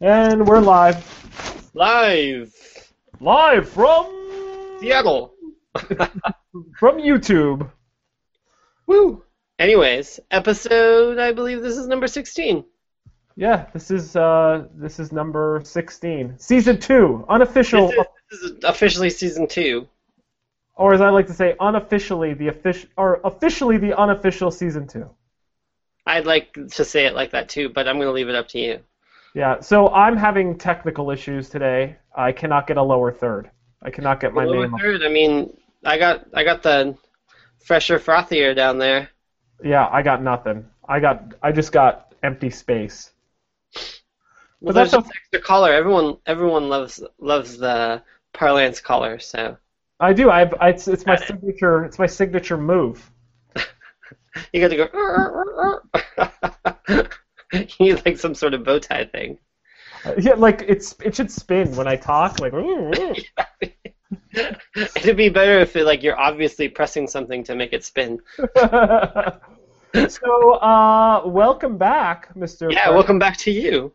And we're live. Live Live from Seattle. from YouTube. Woo. Anyways, episode I believe this is number 16. Yeah, this is uh this is number 16. Season 2, unofficial This is, this is officially season 2. or as I like to say, unofficially the official or officially the unofficial season 2. I'd like to say it like that too, but I'm going to leave it up to you. Yeah, so I'm having technical issues today. I cannot get a lower third. I cannot get my Lower name. up. third, I mean, I got I got the fresher frothier down there. Yeah, I got nothing. I got I just got empty space. Well, But that's there's just extra collar. Everyone everyone loves loves the parlance collar, so I do. I, have, I it's, it's my Got it. signature it's my signature move. you got to go "Arr, arr, arr." You need like some sort of bow tie thing. Uh, Yeah, like it's it should spin when I talk. Like, "Ooh, ooh." It'd be better if it, like you're obviously pressing something to make it spin. so uh, welcome back, Mr. Yeah, Fred. welcome back to you.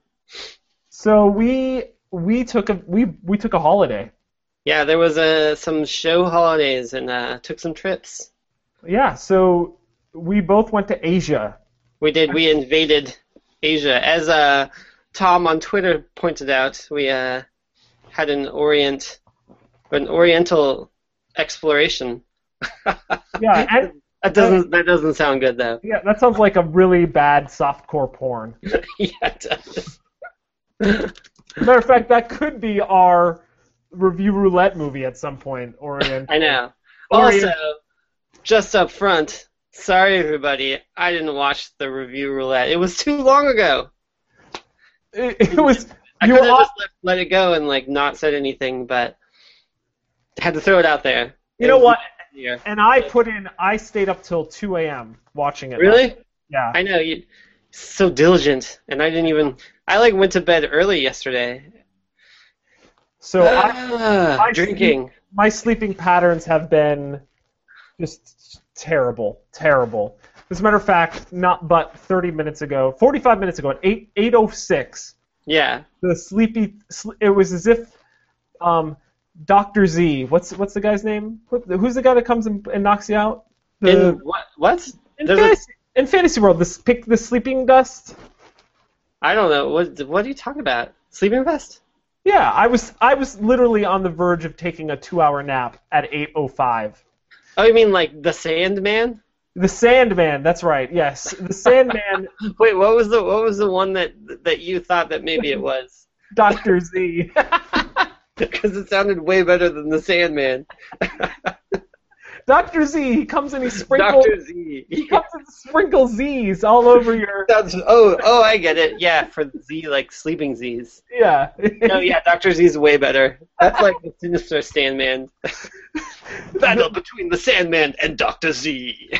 So we we took a we we took a holiday. Yeah, there was uh, some show holidays and uh, took some trips. Yeah, so we both went to Asia. We did. We invaded Asia, as uh, Tom on Twitter pointed out. We uh, had an Orient, an Oriental exploration. Yeah, and That doesn't. That doesn't sound good though. yeah, that sounds like a really bad softcore porn. yeah, it does. Matter of fact, that could be our review roulette movie at some point. Orient. I know. uh, Orient- Also, just up front, sorry everybody, I didn't watch the review roulette. It was too long ago. It, it was I you could were have off, just left, let it go and like not said anything, but had to throw it out there. You It know was what? easier. and I put in. I stayed up till 2 a.m. watching it. Really? Yeah. I know you. So diligent, and I didn't even. I like went to bed early yesterday. So I, Ah, I drinking. my sleeping patterns have been just terrible, terrible. As a matter of fact, not but 30 minutes ago, 45 minutes ago, at 8 8:06, Yeah, the sleepy. sl- It was as if um, Doctor Z. What's what's the guy's name? What- Who's the guy that comes and, and knocks you out? The, in what? What? in, there's a- fantasy, in fantasy world, this pick the sleeping dust. I don't know. What? What are you talking about? Sleeping vest? Yeah, I was I was literally on the verge of taking a two-hour nap at 8:05. Oh, you mean like the Sandman? The Sandman. That's right. Yes, the Sandman Wait, what was the what was the one that that you thought that maybe it was? Doctor Z. Because it sounded way better than the Sandman. Doctor Z. He comes and he sprinkles. Doctor Z. He comes and sprinkles Z's all over your. That's- oh, oh, I get it. Yeah, for Z, like sleeping Z's. Yeah. No, Oh, yeah, Doctor Z's way better. That's like the sinister Sandman. Battle between the Sandman and Doctor Z.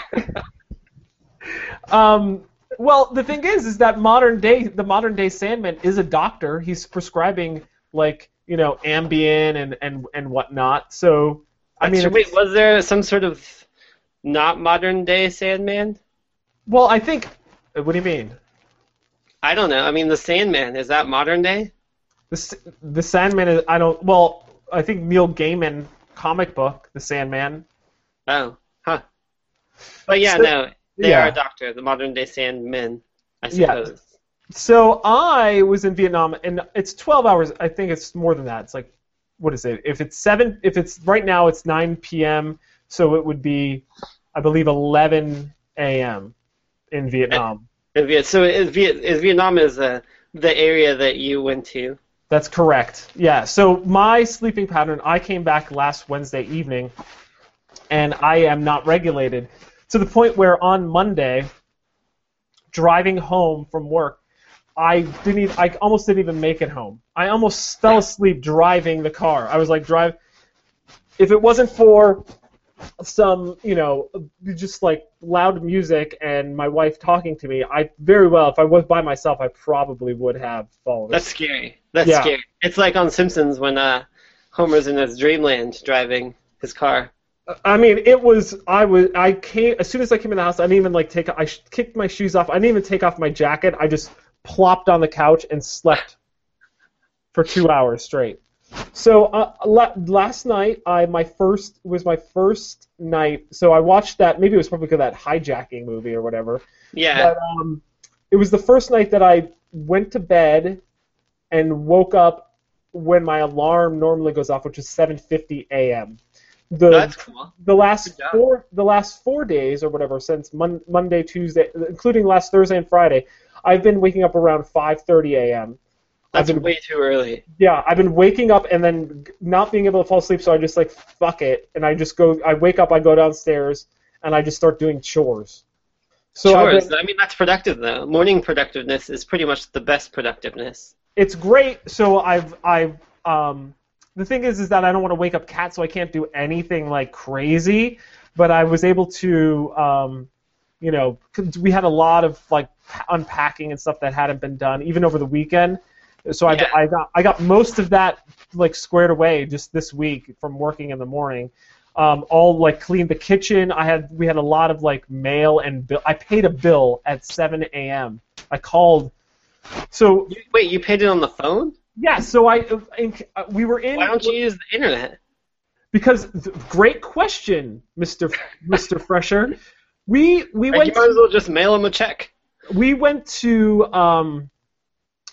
Um. Well, the thing is, is that modern day, the modern day Sandman is a doctor. He's prescribing like you know Ambien and and and whatnot. So I mean, wait, it's- was there some sort of not modern day Sandman? well, I think. uh, What do you mean? I don't know. I mean, the Sandman is that modern day? The S- the Sandman is. I don't. Well, I think Neil Gaiman comic book, The Sandman. Oh, huh. But yeah, So- no, they yeah. are a doctor, the modern day Sandmen, I Yeah. suppose. So I was in Vietnam, and it's 12 hours. I think it's more than that. It's like, what is it? If it's seven, if it's right now, it's 9 p.m. So it would be, I believe, 11 a.m. in Vietnam. In Viet- so is, Viet- is Vietnam is uh, the area that you went to? That's correct. Yeah. So my sleeping pattern, I came back last Wednesday evening, and I am not regulated to the point where on Monday, driving home from work, I didn't. Even, I almost didn't even make it home. I almost fell asleep driving the car. I was like, drive. If it wasn't for some, you know, just like loud music and my wife talking to me, I very well, if I was by myself, I probably would have fallen That's scary. That's Yeah. scary. It's like on Simpsons when uh, Homer's in his dreamland driving his car. I mean, it was. I was. I came as soon as I came in the house. I didn't even like take. I sh- kicked my shoes off. I didn't even take off my jacket. I just plopped on the couch and slept for two hours straight. So uh, la- last night, I my first was my first night. So I watched that. Maybe it was probably because of that hijacking movie or whatever. Yeah. But um, it was the first night that I went to bed and woke up when my alarm normally goes off, which is 7:50 a.m. The That's cool. the last Good job. four the last four days or whatever since mon- Monday, Tuesday, including last Thursday and Friday, I've been waking up around 5:30 a.m. I've That's been way too early. yeah, I've been waking up and then not being able to fall asleep, so I just like fuck it, and I just go. I wake up, I go downstairs, and I just start doing chores. So I've Chores. been- I mean, that's productive though. Morning productiveness is pretty much the best productiveness. it's great. So I've I've um the thing is is that I don't want to wake up Kat, so I can't do anything like crazy. But I was able to um you know 'cause we had a lot of like pa- unpacking and stuff that hadn't been done even over the weekend. So I, Yeah. I got I got most of that like squared away just this week from working in the morning. Um, all like cleaned the kitchen. I had we had a lot of like mail and bill. I paid a bill at 7 a.m. I called. So You, wait, you paid it on the phone? yeah, so I in, uh, we were in Why don't you use the internet? because th- great question, Mister Mister Fresher. We we Like, you went might as to, well just mail him a check. we went to um,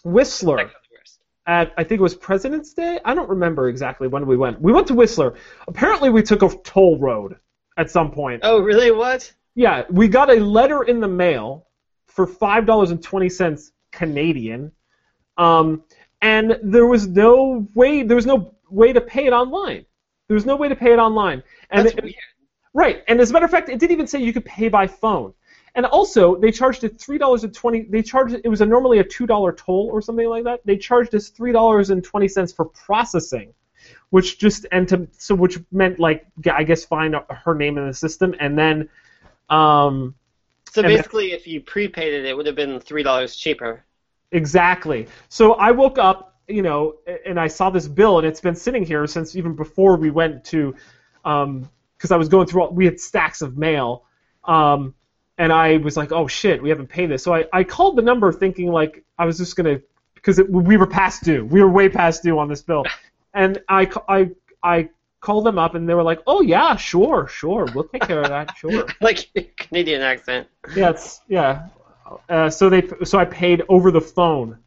Whistler Check out the worst. at I think it was President's Day. I don't remember exactly when we went. We went to Whistler. Apparently, we took a toll road at some point. Oh, really? What? Yeah, we got a letter in the mail for five dollars and twenty cents Canadian, um, and there was no way there was no way to pay it online. There was no way to pay it online, and That's it- weird. right. And as a matter of fact, it didn't even say you could pay by phone. And also, they charged it three dollars and twenty. They charged it was a normally a two dollar toll or something like that. They charged us three dollars and twenty cents for processing, which just and to so which meant like I guess find her name in the system and then. Um, So And then- basically, if you prepaid it, it would have been three dollars cheaper. Exactly. So I woke up, you know, a- and I saw this bill, and it's been sitting here since even before we went to, because I was going through all, we had stacks of mail, um, and I was like, oh shit, we haven't paid this. So I, I called the number thinking like I was just gonna, because we were past due, we were way past due on this bill, and I ca- I I called them up, and they were like, oh yeah, sure, sure, we'll take care of that, sure. Like Canadian accent. Yeah, it's, yeah. Uh, so they so I paid over the phone.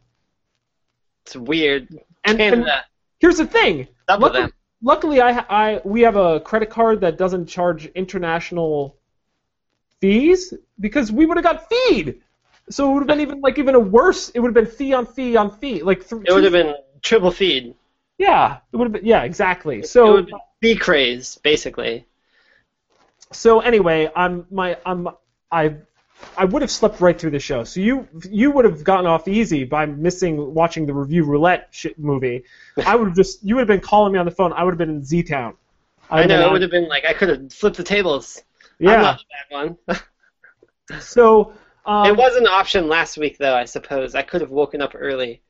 It's weird. And- Canada. and here's the thing. double Luckily, them. luckily I, ha- I we have a credit card that doesn't charge international fees because we would have got feed. So it would have been even like even a worse. It would have been fee on fee on fee. Like th- It would have been triple feed. Yeah, it would have been. Yeah, exactly. it So would be craze, basically. so anyway, I'm my I'm I. I would have slept right through the show. So you you would have gotten off easy by missing watching the review roulette shit movie. I would have just you would have been calling me on the phone. I would have been in Z Town. I, know it would have been like I could have flipped the tables. Yeah. I'm not the bad one. so um, it was an option last week, though. I suppose I could have woken up early,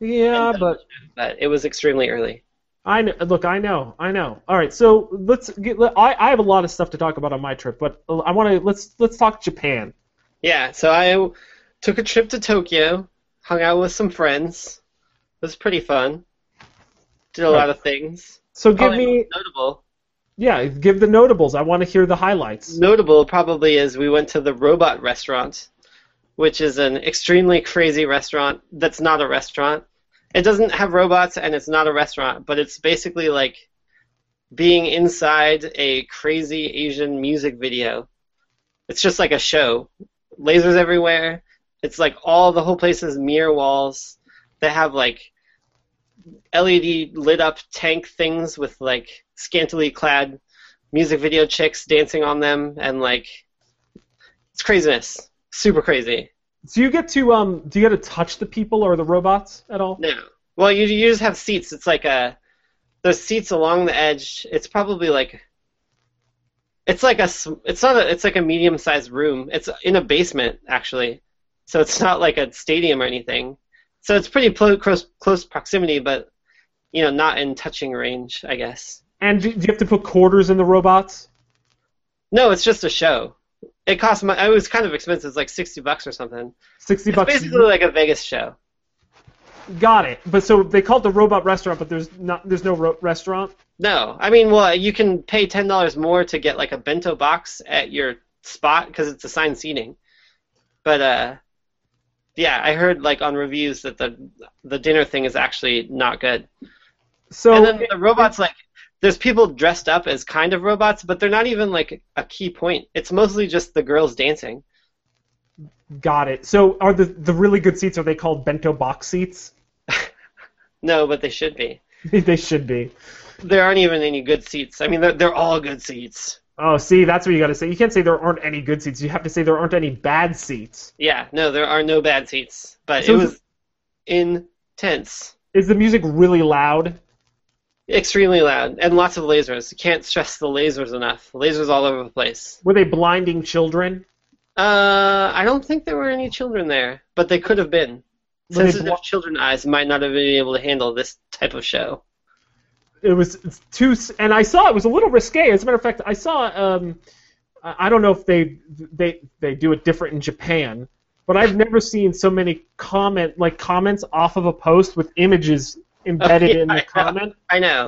Yeah, And, uh, but but it was extremely early. I know. Look, I know, I know. All right, so let's get. let- I, I have a lot of stuff to talk about on my trip, but I want to let's let's talk Japan. Yeah, so I took a trip to Tokyo, hung out with some friends. It was pretty fun. Did a lot of things. So give Probably me, notable. yeah, give the notables. I want to hear the highlights. Notable probably is we went to the Robot Restaurant, which is an extremely crazy restaurant that's not a restaurant. It doesn't have robots and it's not a restaurant, but it's basically like being inside a crazy Asian music video. It's just like a show. Lasers everywhere. It's like all the whole place is mirror walls. They have like LED lit up tank things with like scantily clad music video chicks dancing on them and like it's craziness. Super crazy. So you get to um, do you get to touch the people or the robots at all? No. Well, you, you just have seats. It's like a there's seats along the edge. It's probably like it's like a s- it's not a, it's like a medium sized room. It's in a basement actually, so it's not like a stadium or anything. So it's pretty pl- close close proximity, but you know not in touching range, I guess. And do, do you have to put quarters in the robots? No, it's just a show. It cost my. It was kind of expensive. It's like sixty bucks or something. Sixty It's bucks. basically like a Vegas show. Got it. But so they call it the robot restaurant, but there's not there's no ro- restaurant. No, I mean, well, you can pay ten dollars more to get like a bento box at your spot because it's assigned seating. But uh, yeah, I heard like on reviews that the the dinner thing is actually not good. So and then the robots like there's people dressed up as kind of robots, but they're not even like a key point. It's mostly just the girls dancing. got it. So are the the really good seats are they called bento box seats? No, but they should be. they should be. There aren't even any good seats. I mean, they're, they're all good seats. Oh, see, that's what you got to say. You can't say there aren't any good seats. You have to say there aren't any bad seats. Yeah, no, there are no bad seats, but So it is- was intense, Is the music really loud? extremely loud, and lots of lasers. Can't stress the lasers enough. Lasers all over the place. Were they blinding children? Uh, I don't think there were any children there, but they could have been. Were they Sensitive blo- children eyes might not have been able to handle this type of show. it was it's too s- and i saw it was a little risque as a matter of fact i saw um i I don't know if they they they do it different in japan but i've never seen so many comment like comments off of a post with images embedded yeah, in the I know. comment I know.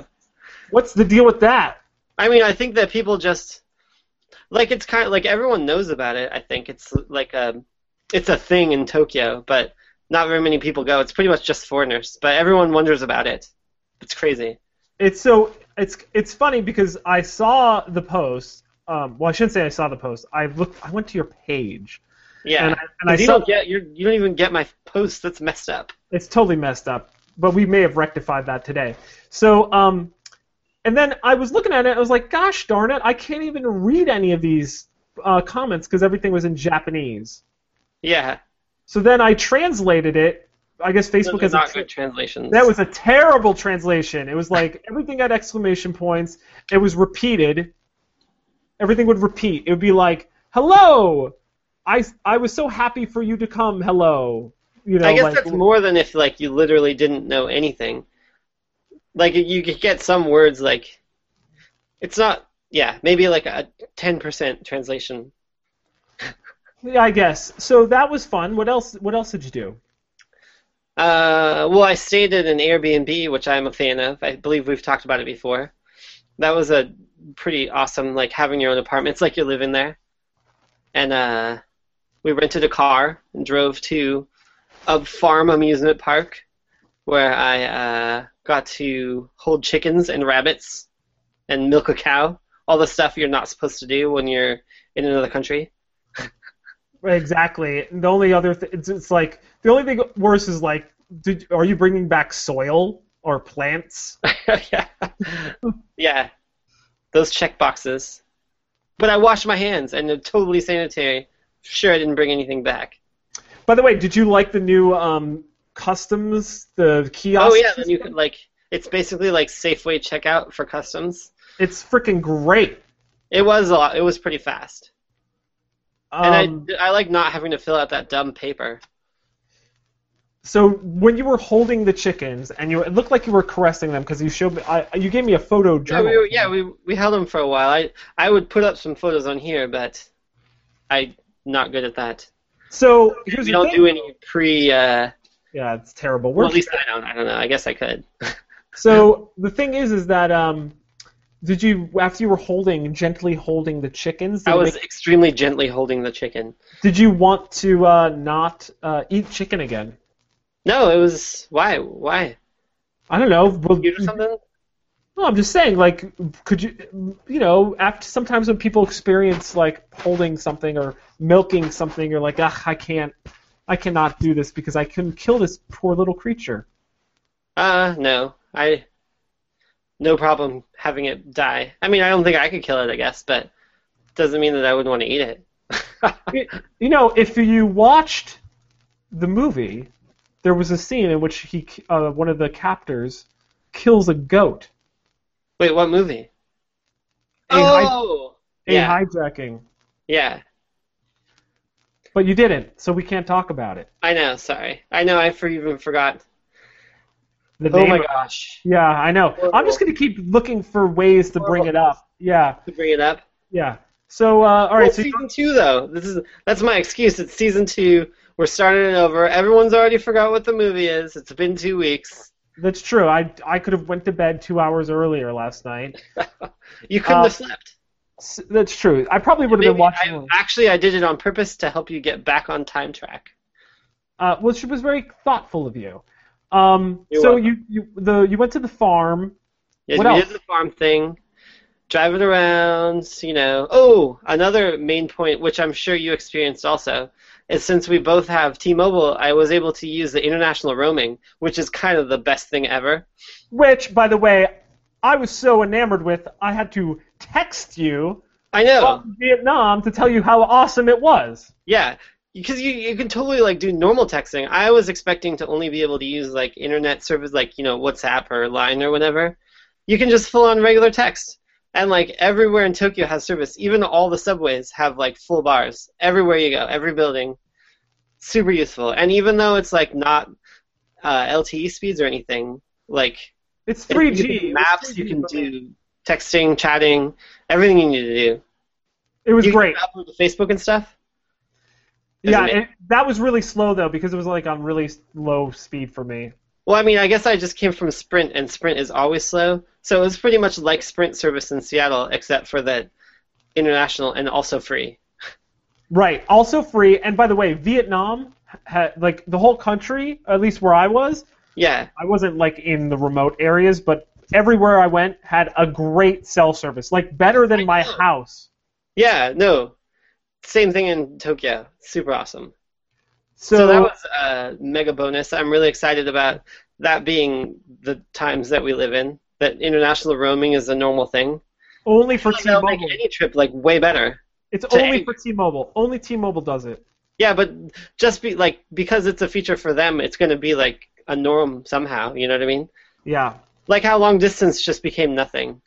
what's the deal with that I mean, I think that people just like it's kind of like everyone knows about it. I think it's like a it's a thing in Tokyo, but not very many people go. It's pretty much just foreigners, but everyone wonders about it. It's crazy. it's so it's it's funny because i saw the post um, well i shouldn't say i saw the post i looked i went to your page Yeah, and i, and I you saw don't get you're, you don't even get my post. That's messed up. It's totally messed up, but we may have rectified that today. So, um, and then I was looking at it, I was like, gosh darn it, I can't even read any of these uh, comments because everything was in Japanese. Yeah, So then I translated it. I guess those Facebook are has a not tra- good translations. that was a terrible translation. It was like everything had exclamation points. It was repeated. Everything would repeat. It would be like, "Hello, I I was so happy for you to come. Hello." You know, I guess like, that's more than if like you literally didn't know anything. Like you could get some words like it's not yeah, maybe like a 10% translation. Yeah, I guess. So that was fun. What else? What else did you do? Uh, well, I stayed at an Airbnb, which I'm a fan of. I believe we've talked about it before. That was a pretty awesome, like having your own apartment. It's like you're living there. And uh, we rented a car and drove to a farm amusement park where I uh, got to hold chickens and rabbits and milk a cow. All the stuff you're not supposed to do when you're in another country. Exactly. The only other th- it's, it's like the only thing worse is like, did are you bringing back soil or plants? yeah. yeah. Those check boxes. But I wash my hands and they're totally sanitary. Sure, I didn't bring anything back. By the way, did you like the new um, customs the kiosk? oh yeah, then system? you could like it's basically like Safeway checkout for customs. It's freaking great. It was a lot. It was pretty fast. And Um, I I like not having to fill out that dumb paper. so when you were holding the chickens and you it looked like you were caressing them because you showed me I, you gave me a photo Yeah, journal. we were, yeah, we we held them for a while. I I would put up some photos on here, but I not good at that. So here's we the don't thing. do any pre. Uh, yeah, it's terrible. We're well, at least I don't. I don't know. I guess I could. So the thing is, is that um, did you after you were holding gently holding the chickens? Did, I it was make- extremely gently holding the chicken. did you want to uh, not uh, eat chicken again? No, it was why? Why? I don't know. Well, You or something? no, I'm just saying, like, could you, you know, after sometimes when people experience like holding something or milking something, you're like, ah, I can't, I cannot do this because I couldn't kill this poor little creature. Uh, no. I no problem having it die. I mean, I don't think I could kill it, I guess, but doesn't mean that I wouldn't want to eat it. You know, if you watched the movie, there was a scene in which he, uh, one of the captors, kills a goat. Wait, what movie? A hi- oh, A yeah, hijacking. yeah. But you didn't, so we can't talk about it. I know. Sorry, I know. I for even forgot. The oh name my of- gosh. Yeah, I know. I'm just gonna keep looking for ways to bring it up. Yeah, To bring it up. yeah. So uh, all Well, right, so you- season two though. This is that's my excuse. It's season two. We're starting it over. Everyone's already forgot what the movie is. It's been two weeks. That's true. I I could have went to bed two hours earlier last night. You couldn't Uh, have slept. S- That's true. I probably would have been Maybe I- watching. actually, I did it on purpose to help you get back on time track. uh, which was very thoughtful of you. Um, You're so welcome. you, you the you went to the farm. Yeah, What we else? did the farm thing, driving around, you know. Oh, another main point, which I'm sure you experienced also, is since we both have T-Mobile, I was able to use the international roaming, which is kind of the best thing ever. Which, by the way, I was so enamored with, I had to text you I know, from Vietnam to tell you how awesome it was. yeah, because you you can totally like do normal texting. I was expecting to only be able to use like internet service, like you know WhatsApp or Line or whatever. You can just full on regular text. And like everywhere in Tokyo has service. Even all the subways have like full bars. Everywhere you go, every building. super useful. And even though it's like not uh, LTE speeds or anything, like It's it- 3G. you can It was maps, 3G, you can but do texting, chatting, everything you need to do. It was you great. Can upload to Facebook and stuff. It's Yeah, amazing. it, that was really slow though because it was like on really s- low speed for me. Well, I mean, I guess I just came from Sprint, and Sprint is always slow, so it was pretty much like Sprint service in Seattle, except for that international and also free. Right. Also free. And by the way, Vietnam had like the whole country, at least where I was, Yeah, I wasn't like in the remote areas, but everywhere I went had a great cell service, like better than my house. yeah, no, same thing in Tokyo. Super awesome. So, So, that was a mega bonus. I'm really excited about that being the times that we live in. That international roaming is a normal thing. only for That'll make T-Mobile. any trip like way better. It's to only any- for T-Mobile. Only T-Mobile does it. Yeah, but just be like because it's a feature for them, it's going to be like a norm somehow. You know what I mean? Yeah. Like how long distance just became nothing.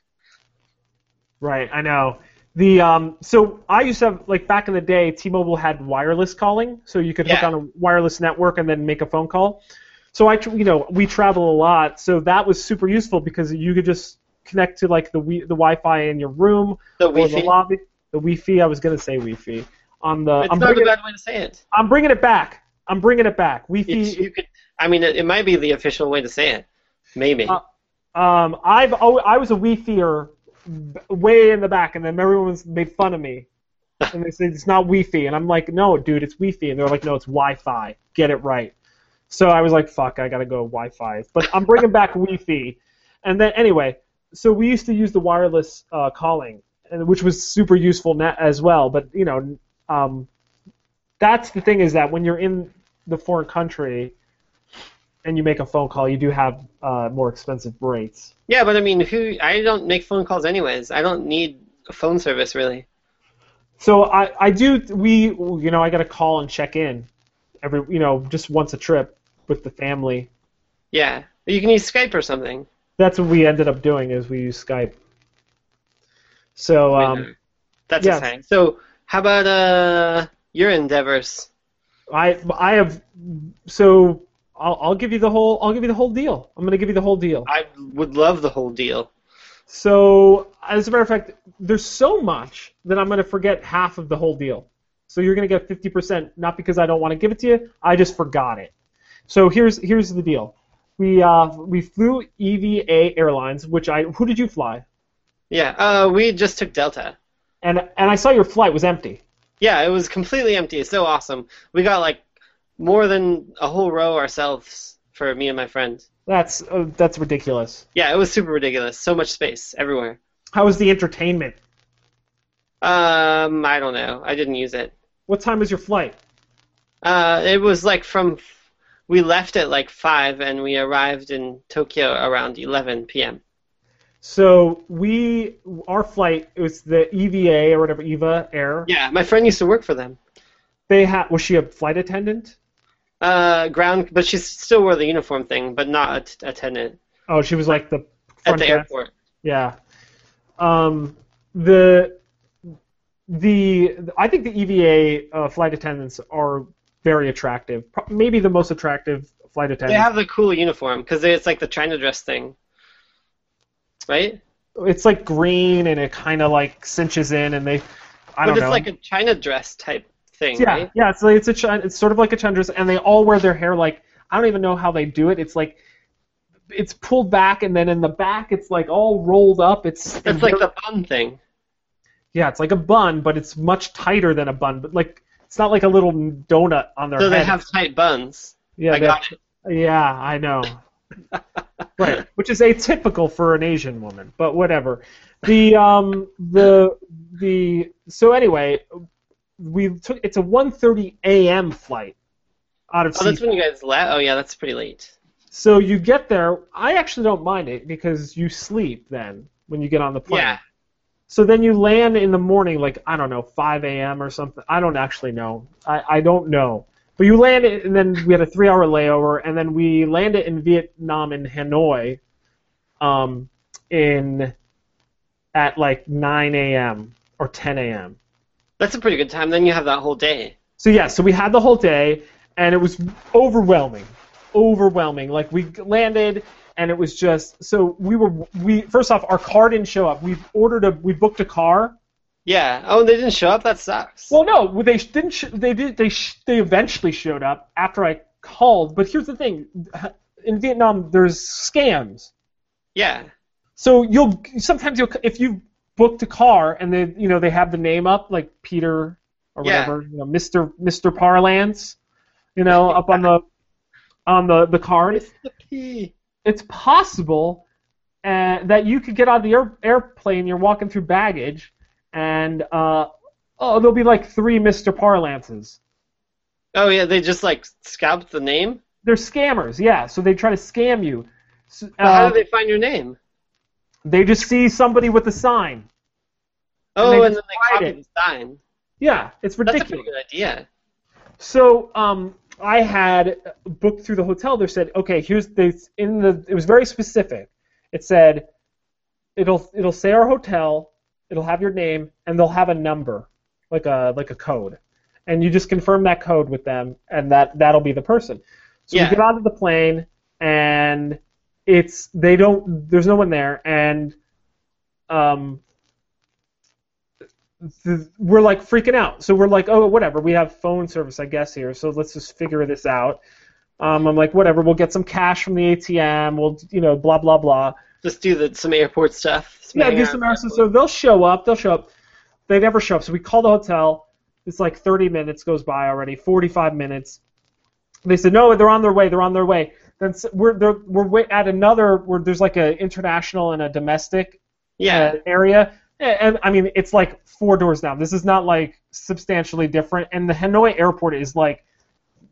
Right. I know. The um, so I used to have like back in the day, T-Mobile had wireless calling, so you could hook Yeah. on a wireless network and then make a phone call. So I, tr- you know, we travel a lot, so that was super useful because you could just connect to like the wi- the Wi-Fi in your room The or Wi-Fi. the lobby, the Wi-Fi. I was gonna say Wi-Fi. On the, it's I'm not a bringing, bad way to say it. I'm bringing it back. I'm bringing it back. It's, Wi-Fi. you could. I mean, it, it might be the official way to say it. Maybe. Uh, Um, I've al- I was a Wi-Fier b- way in the back, and then everyone was, made fun of me, and they said it's not Wi-Fi, and I'm like, no, dude, it's Wi-Fi, and they're like, no, it's Wi-Fi. Get it right. So I was like, fuck, I gotta go Wi-Fi. But I'm bringing back Wi-Fi, and then anyway, so we used to use the wireless uh, calling, and which was super useful na- as well. But you know, um, that's the thing is that when you're in the foreign country and you make a phone call, you do have uh, more expensive rates. yeah, but I mean, who? I don't make phone calls anyways. I don't need a phone service really. So I, I do we you know I got to call and check in every you know just once a trip with the family. Yeah, you can use Skype or something. That's what we ended up doing is we use Skype. So um, That's yeah. exciting. So, how about uh, your endeavors? I I have so I'll, I'll give you the whole I'll give you the whole deal. I'm gonna give you the whole deal. I would love the whole deal. So as a matter of fact, there's so much that I'm gonna forget half of the whole deal. So you're gonna get 50%, not because I don't want to give it to you, I just forgot it. So here's here's the deal. We uh, we flew EVA Airlines, which I who did you fly? Yeah, uh, we just took Delta. And and I saw your flight was empty. Yeah, it was completely empty. It's so awesome. We got like more than a whole row ourselves for me and my friend. That's uh, that's ridiculous. Yeah, it was super ridiculous. So much space everywhere. How was the entertainment? Um, I don't know. I didn't use it. What time is your flight? Uh, it was like from we left at like five and we arrived in Tokyo around 11 p.m. So we our flight it was the EVA or whatever EVA Air. Yeah, my friend used to work for them. They had was she a flight attendant? Uh, ground, but she still wore the uniform thing, but not a t- attendant Oh, she was like the at front the desk. airport. Yeah. Um, the the I think the EVA uh, flight attendants are very attractive. Pro- maybe the most attractive flight They attendants. have the cool uniform because it's like the China dress thing, right? it's like green and it kind of like cinches in, and they I but don't it's know. like a China dress type thing, yeah, right? yeah. It's like it's a chun- it's sort of like a chundras, and they all wear their hair like I don't even know how they do it. It's like it's pulled back, and then in the back, it's like all rolled up. It's It's like the bun thing. yeah, it's like a bun, but it's much tighter than a bun. But like it's not like a little donut on their So head. they have tight buns. yeah, I they- got it. yeah, I know. right, which is atypical for an Asian woman, but whatever. The um the the so anyway, we took it's a 1:30 a.m. flight out of Oh, that's Seattle. when you guys left. Oh yeah, that's pretty late. So you get there. I actually don't mind it because you sleep then when you get on the plane. Yeah. So then you land in the morning, like I don't know, 5 a.m. or something. I don't actually know. I, I don't know. But you land it, and then we had a three-hour layover, and then we landed in Vietnam in Hanoi, um, in at like 9 a.m. or 10 a.m. That's a pretty good time. Then you have that whole day. So yeah, so we had the whole day, and it was overwhelming, overwhelming. Like we landed, and it was just so we were we first off our car didn't show up. We ordered a we booked a car. Yeah. Oh, they didn't show up. That sucks. Well, no, they sh- didn't. Sh- they did. They sh- they eventually showed up after I called. But here's the thing: in Vietnam, there's scams. yeah. So you'll sometimes you'll if you booked a car and they you know they have the name up like Peter or Yeah. whatever you know Mister Mister Parlance, you know up on the on the the card. It's the pee. It's possible uh, that you could get out of the air, airplane. You're walking through baggage, and uh, oh, there'll be like three Mister Parlances. Oh yeah, they just like scalped the name. They're scammers, yeah. So they try to scam you. So, But how uh, do they find your name? they just see somebody with a sign. Oh, they just and, then they hide copy it. the sign. Yeah, it's That's a ridiculous. pretty good idea. So um, I had booked through the hotel. They said, okay, here's the in the. It was very specific. It said, it'll it'll say our hotel, it'll have your name, and they'll have a number, like a like a code, and you just confirm that code with them, and that that'll be the person. So Yeah. we get onto the plane, and it's they don't. There's no one there, and um, th- we're like freaking out. So we're like, oh, whatever. We have phone service, I guess, here. So let's just figure this out. Um, I'm like, whatever. We'll get some cash from the ATM. We'll, you know, blah blah blah. Just do the some airport stuff. Some Yeah, do hangout some stuff. errands. So they'll show up. They'll show up. They never show up. So we call the hotel. It's like 30 minutes goes by already. 45 minutes. They said no, they're on their way. They're on their way. Then s- we're they're, we're wait- at another. Where there's like a international and a domestic, Yeah. uh, area. A- And I mean, it's like four doors down. This is not like substantially different. And the Hanoi airport is like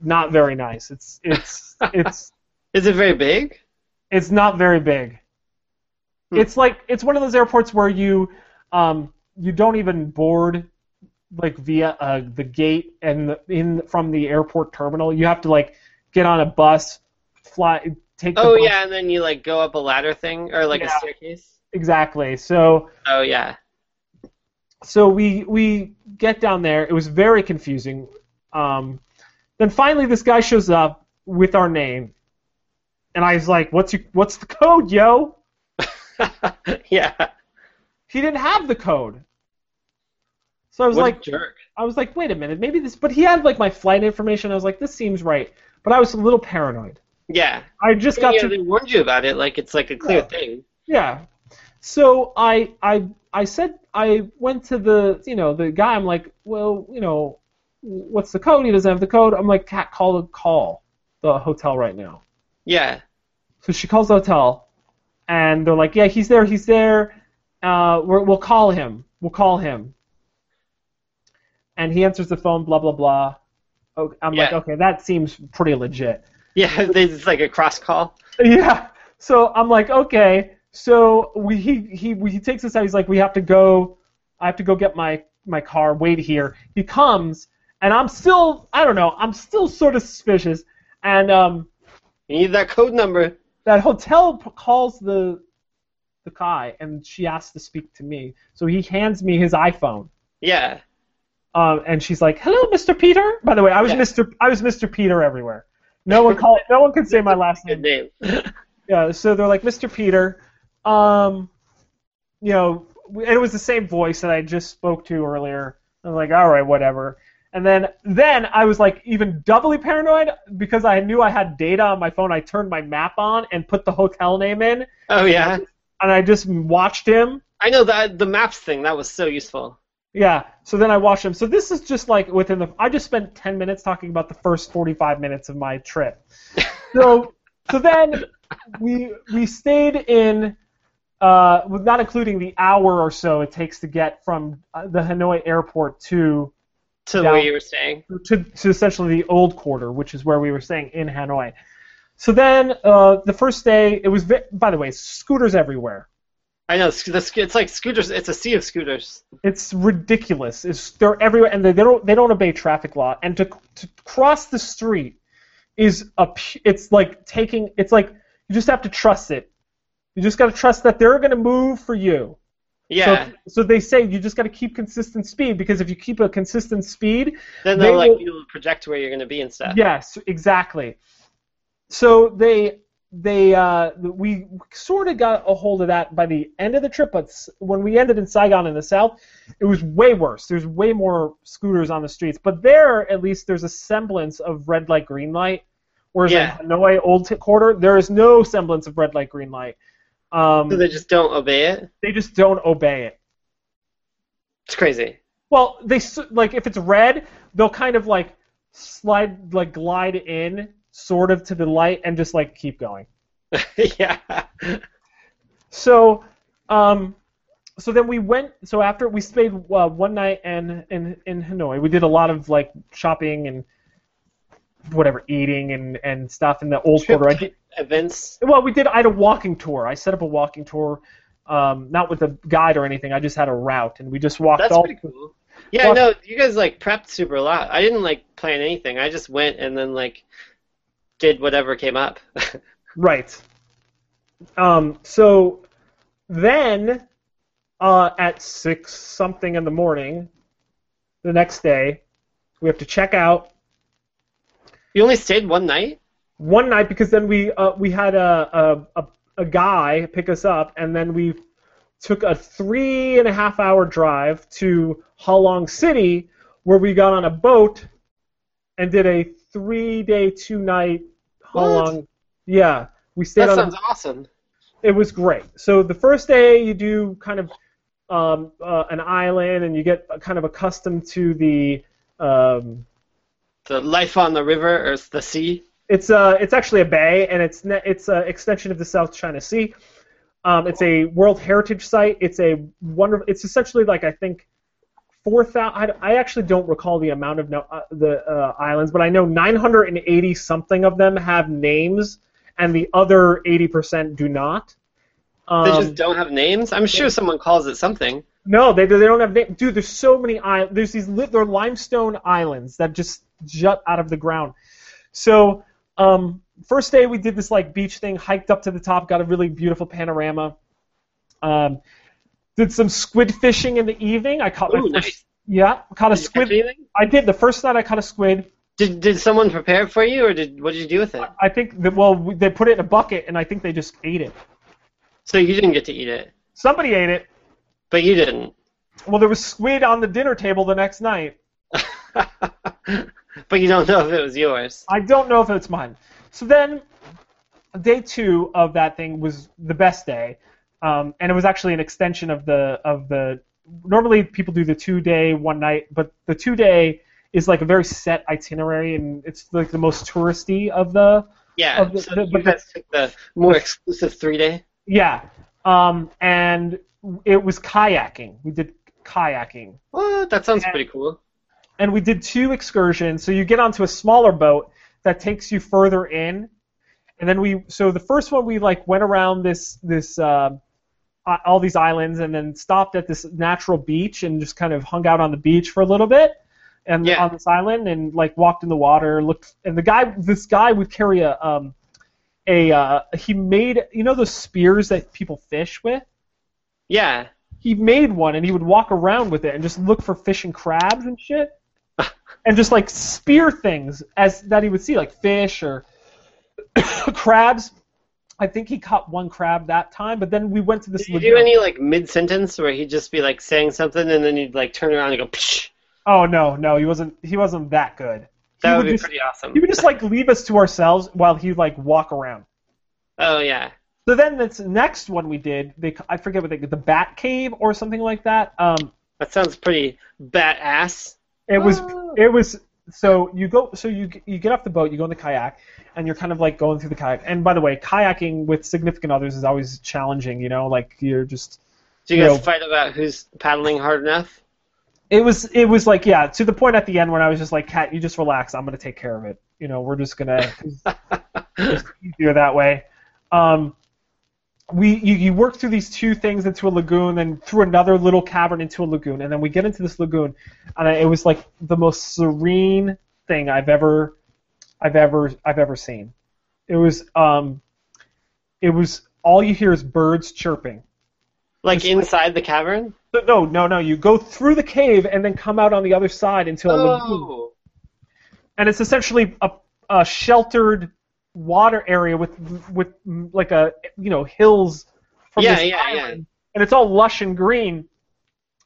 not very nice. It's it's it's Is it very big? it's not very big. Hmm. It's like it's one of those airports where you um, you don't even board like via uh, the gate and the, in from the airport terminal. You have to like get on a bus, fly, take. The Oh bus. yeah, and then you like go up a ladder thing or like Yeah. a staircase. exactly. So. Oh yeah. so we we get down there. It was very confusing. Um, then finally, this guy shows up with our name, and I was like, "What's your, what's the code, yo?" yeah. He didn't have the code, so I was What like, a jerk. I was like, "Wait a minute, maybe this." But he had like my flight information. I was like, "This seems right," but I was a little paranoid. Yeah. I just got yeah, to they warned you about it. Like it's like a clear Yeah. thing. Yeah. So I I I said I went to the you know the guy. I'm like, well, you know, what's the code? He doesn't have the code. I'm like, cat, call the call the hotel right now. Yeah. So she calls the hotel, and they're like, yeah, he's there, he's there. Uh, we're, we'll call him. We'll call him. And he answers the phone. Blah blah blah. Oh, I'm like, Yeah. okay, that seems pretty legit. Yeah. They, it's like a cross call. Yeah. So I'm like, okay. So we he he we, he takes us out. He's like, we have to go. I have to go get my my car. Wait here. He comes, and I'm still I don't know. I'm still sort of suspicious. And um, You need that code number. that hotel p- calls the the guy, and she asks to speak to me. So he hands me his iPhone. Yeah. Um, and she's like, "Hello, Mr. Peter." By the way, I was Yeah. Mr. I was Mr. Peter everywhere. No one call. No one could say my last name. Good name. Yeah, so they're like, Mr. Peter, um, you know, and it was the same voice that I just spoke to earlier. I'm like, all right, whatever. And then then I was like even doubly paranoid because I knew I had data on my phone. I turned my map on and put the hotel name in, Oh yeah, and I just watched him. I know that the maps thing that was so useful. Yeah. So then I watched him. So this is just like within the. I just spent 10 minutes talking about the first 45 minutes of my trip. So so then we we stayed in, uh, with- not including the hour or so it takes to get from uh, the Hanoi airport to To Yeah. what you were saying. to, to essentially the old quarter, which is where we were staying in Hanoi. So then uh, the first day, it was, ve- by the way, scooters everywhere. I know sc- the, sc- it's like scooters. It's a sea of scooters. It's ridiculous. It's, they're everywhere, and they, they don't they don't obey traffic law. And to, to cross the street is a pu- it's like taking it's like you just have to trust it. You just got to trust that they're going to move for you. Yeah. So, so they say you just got to keep consistent speed because if you keep a consistent speed, then they they'll like will- you'll project where you're gonna be and stuff. Yes, exactly. So they they uh, we sort of got a hold of that by the end of the trip, but s- when we ended in Saigon in the south, it was way worse. There's way more scooters on the streets, but there at least there's a semblance of red light, green light. Whereas Yeah. in Hanoi Old T- Quarter, there is no semblance of red light, green light. Um, So they just don't obey it. they just don't obey it. It's crazy. Well, they s- like if it's red, they'll kind of like slide like glide in sort of to the light and just like keep going. yeah. So, um, so then we went. So after we stayed uh, one night and in in Hanoi, we did a lot of like shopping and whatever eating and and stuff in the old Trip quarter. I to did, events. well, we did. I had a walking tour. I set up a walking tour. Um, not with a guide or anything. I just had a route, and we just walked That's all. pretty cool. Yeah, I Walk- know you guys like prepped super a lot. I didn't like plan anything. I just went and then like did whatever came up. Right. Um, so then uh, at six something in the morning, the next day, we have to check out you only stayed one night. one night because then we uh, we had a, a a a guy pick us up and then we took a three and a half hour drive to Halong City where we got on a boat and did a three day two night What? Halong. Yeah, we stayed That on. a- sounds awesome. it was great. So the first day you do kind of um, uh, an island, and you get kind of accustomed to the. Um, The life on the river or the sea. it's uh, it's actually a bay, and it's ne- it's an extension of the South China Sea. Um, it's a World Heritage Site. It's a wonderful. It's essentially like I think four thousand. I, I actually don't recall the amount of no, uh, the uh, islands, but I know nine hundred and eighty something of them have names, and the other eighty percent do not. Um, They just don't have names. I'm sure someone calls it something. No, they, they don't have names. Dude, there's so many islands. There's these li- they're limestone islands that just jut out of the ground. So, um, first day we did this like beach thing, hiked up to the top, got a really beautiful panorama. Um, did some squid fishing in the evening. I caught my Ooh, first, nice. yeah, caught a Did you catch squid. anything? I did the first night I caught a squid. Did did someone prepare it for you, or did what did you do with it? I think that well we- they put it in a bucket and I think they just ate it. So you didn't get to eat it, Somebody ate it. but you didn't. Well, there was squid on the dinner table the next night. but you don't know if it was yours. I don't know if it's mine. So then, day two of that thing was the best day, um, and it was actually an extension of the of the. Normally, people do the two day, one night, but the two day is like a very set itinerary, and it's like the most touristy of the Yeah. Of the- so the- you but the- guys took the more exclusive three day. yeah. Um, and it was kayaking. We did kayaking. Well, that sounds Yeah. pretty cool. and we did two excursions. So you get onto a smaller boat that takes you further in, and then we. So the first one we like went around this this uh, uh, all these islands, and then stopped at this natural beach and just kind of hung out on the beach for a little bit, and Yeah. on this island and like walked in the water. Looked and the guy this guy would carry a um a uh, he made you know those spears that people fish with. Yeah. He made one and he would walk around with it and just look for fish and crabs and shit and just like spear things as that he would see, like fish or crabs. I think he caught one crab that time, but then we went to this Did you lagoon. do any like mid sentence where he'd just be like saying something and then you'd like turn around and go psh? Oh no, no, he wasn't. He wasn't that good. That he would, be just, pretty awesome. He would just like leave us to ourselves while he'd like walk around. oh yeah. So then this next one we did, they, c- I forget what they the Bat Cave or something like that. Um, That sounds pretty badass. it was Oh. it was so you go so you g- you get off the boat, you go in the kayak, and you're kind of like going through the kayak. And by the way, kayaking with significant others is always challenging. You know, like you're just Do you No. guys fight about who's paddling hard enough? it was it was like yeah to the point at the end when I was just like Kat, you just relax. I'm gonna take care of it. You know, we're just gonna it's easier that way. Um, we you, you work through these two things into a lagoon, then through another little cavern into a lagoon, and then we get into this lagoon, and I, it was like the most serene thing I've ever I've ever I've ever seen. It was um, it was all you hear is birds chirping. Like Just like- inside the cavern? No, No, no, no. You go through the cave and then come out on the other side into a lagoon. Oh, And it's essentially a, a sheltered water area with with mm, like a you know hills from Yeah, this yeah, yeah. island. And it's all lush and green.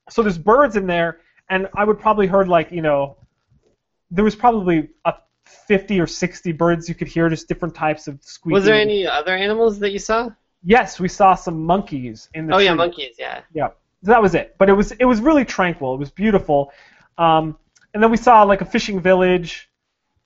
So there's birds in there, and I would probably heard like you know, there was probably a 50 or 60 birds you could hear, just different types of squeaking. was there any other animals that you saw? Yes, we saw some monkeys in the. Oh yeah, tree. monkeys. Yeah. So that was it. But it was it was really tranquil. It was beautiful. Um, and then we saw like a fishing village,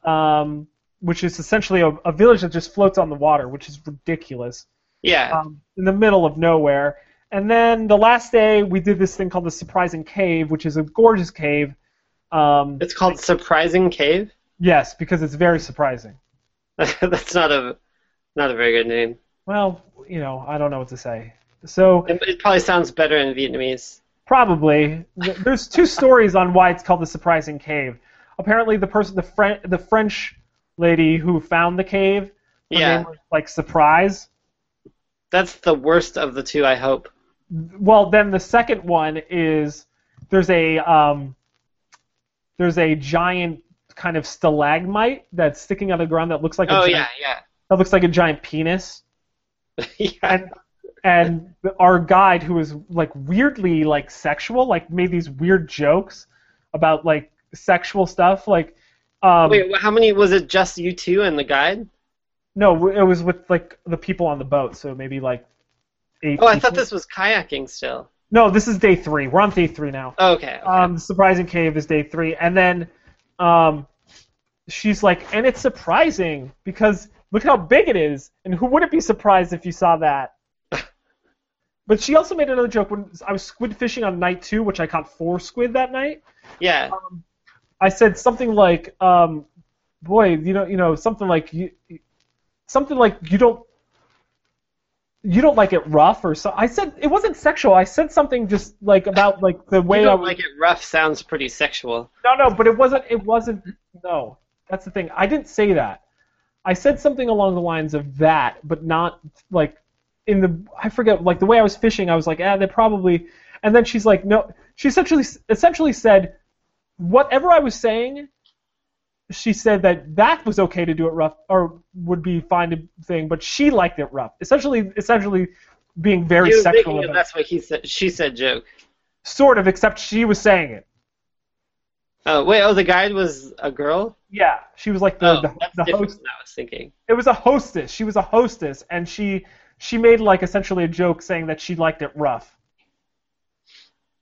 um, which is essentially a, a village that just floats on the water, which is ridiculous, Yeah. um, in the middle of nowhere. And then the last day we did this thing called the surprising cave, which is a gorgeous cave. Um, it's called Surprising Cave. yes, because it's very surprising. That's not a not a very good name. Well, you know, I don't know what to say. So It, it probably sounds better in Vietnamese. Probably. Th- There's two stories on why it's called the surprising cave. Apparently, the person, the French, the French lady who found the cave, her yeah. name was like surprise. That's the worst of the two, I hope. Well, then the second one is there's a um, there's a giant kind of stalagmite that's sticking out of the ground that looks like a oh giant, yeah, that looks like a giant penis. yeah. yeah. and and our guide who was like weirdly like sexual like made these weird jokes about like sexual stuff like um Wait, wh- how many was it? Just you two and the guide? no it was with like the people on the boat so maybe like eight Oh, I thought people. this was kayaking still. no this is day three we're on day three now Oh, okay. okay. um the surprising cave is day three and then um she's like and it's surprising because look how big it is and who wouldn't be surprised if you saw that but she also made another joke when i was squid fishing on night two which i caught four squid that night yeah. um, i said something like um, boy you know you know something like you something like you don't you don't like it rough or so i said it wasn't sexual i said something just like about like the way you i don't was like it rough sounds pretty sexual. no, no, but it wasn't. It wasn't. No, that's the thing. I didn't say that. I said something along the lines of that, but not like in the. I forget. Like the way I was fishing, I was like, ah, they probably. And then she's like, no. She essentially essentially said, whatever I was saying. She said that that was okay to do it rough, or would be fine to thing, but she liked it rough. Essentially, essentially, being very He was sexual making a about it. that's what he said. She said joke. Sort of, except she was saying it. Oh wait. Oh, the guide was a girl. Yeah, she was like the oh, the, that's the different host. than I was thinking. it was a hostess. She was a hostess, and she she made like essentially a joke saying that she liked it rough.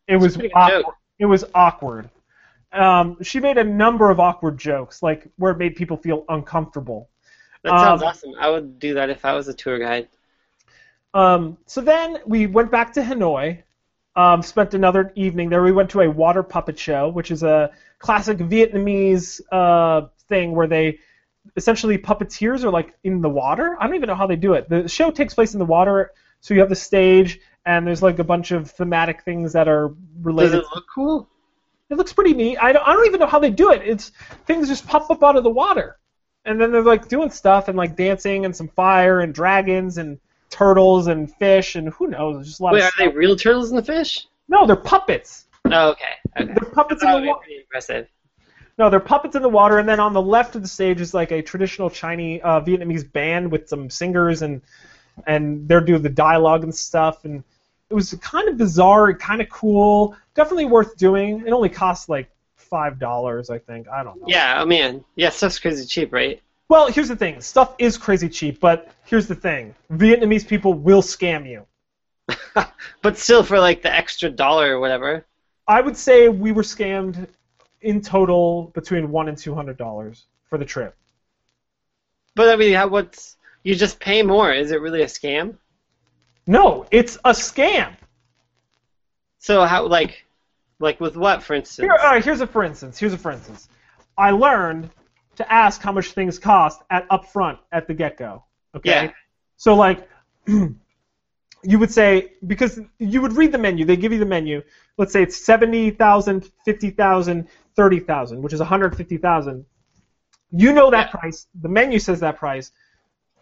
It was pretty good awkward. joke. It was awkward. Um, she made a number of awkward jokes, like where it made people feel uncomfortable. That sounds Um, awesome. I would do that if I was a tour guide. Um, so then we went back to Hanoi, um, spent another evening there. We went to a water puppet show, which is a classic Vietnamese uh, thing where they essentially puppeteers are like in the water. I don't even know how they do it. The show takes place in the water, so you have the stage and there's like a bunch of thematic things that are Does related. it look cool? It looks pretty neat. I don't, I don't even know how they do it. It's things just pop up out of the water, and then they're like doing stuff and like dancing and some fire and dragons and turtles and fish and who knows, just a lot Wait, of are stuff. they real turtles and the fish? No, they're puppets. Oh, okay. Okay. They're puppets That in would the be water. pretty impressive. No, they're puppets in the water, and then on the left of the stage is like a traditional Chinese uh, Vietnamese band with some singers and and they're doing the dialogue and stuff and it was kind of bizarre, kind of cool, definitely worth doing. It only cost like five dollars, I think. I don't know. Yeah, oh man. Yeah, stuff's crazy cheap, right? Well, here's the thing. Stuff is crazy cheap, but here's the thing. Vietnamese people will scam you. but still for like the extra dollar or whatever. I would say we were scammed in total between one and two hundred dollars for the trip. But I mean, how, what's you just pay more? Is it really a scam? No, it's a scam. So how like like with what for instance? Here, all right, here's a for instance. Here's a for instance. I learned to ask how much things cost at upfront at the get go. Okay. Yeah. So like, you would say because you would read the menu. They give you the menu. Let's say it's seventy thousand, fifty thousand, thirty thousand, which is one hundred fifty thousand. You know that Yeah. price. The menu says that price.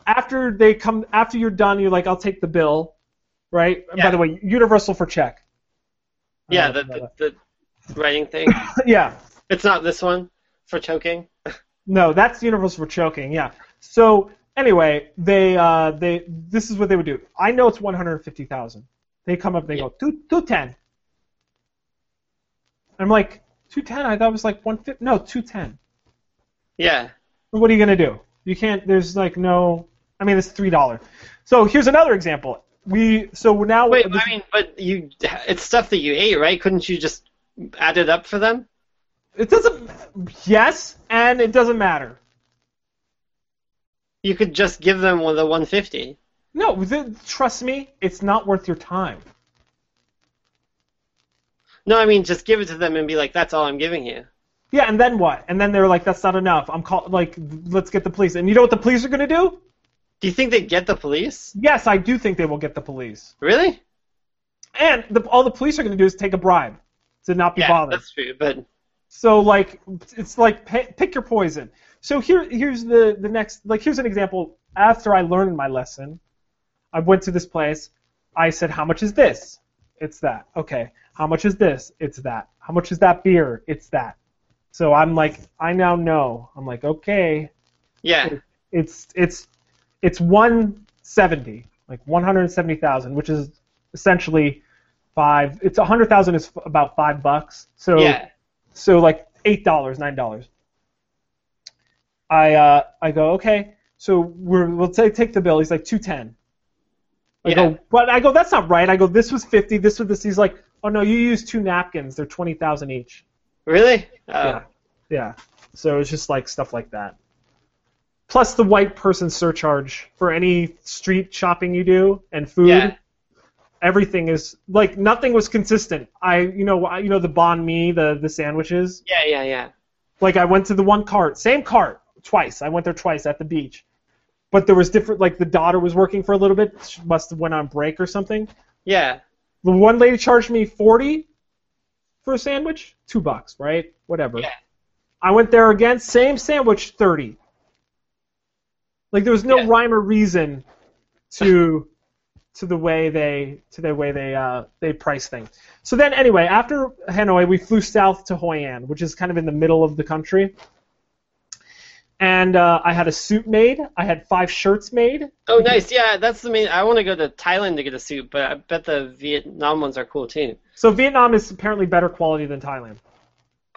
After they come, after you're done, you're like, I'll take the bill, right? And By Yeah. the way, universal for check. I Yeah, don't the, know if you know the the writing thing. that. yeah. it's not this one for choking. No, that's Universal for choking. Yeah. So anyway, they uh, they this is what they would do. I know it's one hundred fifty thousand. They come up, they go two two ten. I'm like two ten. I thought it was like one fifty. No, two ten. Yeah. What are you gonna do? You can't. There's like no. I mean, it's three dollar. So here's another example. We so we're now Wait, this- I mean, but you it's stuff that you ate, right? Couldn't you just add it up for them? it doesn't. Yes, and it doesn't matter. You could just give them the 150. No, th- trust me, it's not worth your time. No, I mean just give it to them and be like, "That's all I'm giving you." Yeah, and then what? And then they're like, "That's not enough. I'm call like, let's get the police." And you know what the police are gonna do? Do you think they get the police? Yes, I do think they will get the police. Really? And the, all the police are gonna do is take a bribe to not be yeah, bothered. that's true. But So like, it's like p- pick your poison. So here, here's the the next like here's an example. After I learned my lesson, I went to this place. I said, "How much is this?" It's that. Okay. How much is this? It's that. How much is that beer? It's that. So I'm like, I now know. I'm like, okay, yeah, it's it's it's 170 like 170,000 which is essentially five it's 100,000 is f- about 5 bucks so yeah. so like $8 $9 I uh, I go okay so we're, we'll take take the bill he's like 210 I Yeah. go but I go that's not right I go this was 50 this was this he's like oh no you used two napkins they're 20,000 each Really? Oh. yeah. Yeah. So it's just like stuff like that. Plus the white person surcharge for any street shopping you do and food. Yeah. Everything is like nothing was consistent. I you know I, you know the banh mi, the the sandwiches. Yeah, yeah, yeah. Like I went to the one cart, same cart twice. I went there twice at the beach. But there was different like the daughter was working for a little bit, she must have went on break or something. Yeah. The one lady charged me 40 for a sandwich, 2 bucks, right? Whatever. Yeah. I went there again, same sandwich, 30. Like there was no Yeah. rhyme or reason to to the way they to the way they uh, they price things. So then anyway, after Hanoi, we flew south to Hoi An, which is kind of in the middle of the country. And uh, I had a suit made. I had five shirts made. Oh, nice. Yeah, that's the main. I want to go to Thailand to get a suit, but I bet the Vietnam ones are cool too. So Vietnam is apparently better quality than Thailand.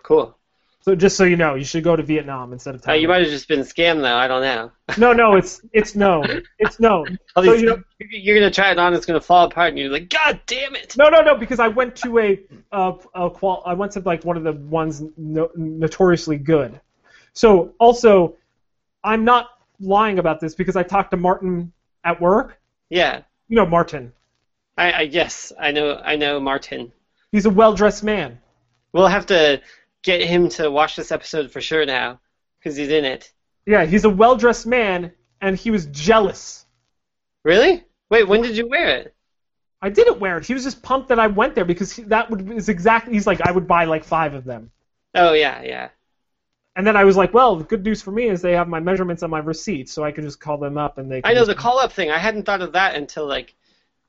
Cool. So just so you know, you should go to Vietnam instead of Thailand. Uh, you might have just been scammed though. I don't know. No, no, it's it's known. It's known. All So these- you know- you're gonna try it on, it's gonna fall apart, and you're like, God damn it! No, no, no, because I went to a uh, a qual. I went to like one of the ones no- notoriously good. So also, I'm not lying about this because I talked to Martin at work. Yeah. You know Martin. I, I yes, I know. I know Martin. He's a well-dressed man. We'll have to get him to watch this episode for sure now, because he's in it. Yeah, he's a well-dressed man, and he was jealous. Really? Wait, when did you wear it? I didn't wear it. He was just pumped that I went there because he, that would is exactly. He's like, I would buy like five of them. Oh yeah, yeah. And then I was like, well, the good news for me is they have my measurements on my receipt, so I could just call them up and they. I can know just- the call up thing. I hadn't thought of that until like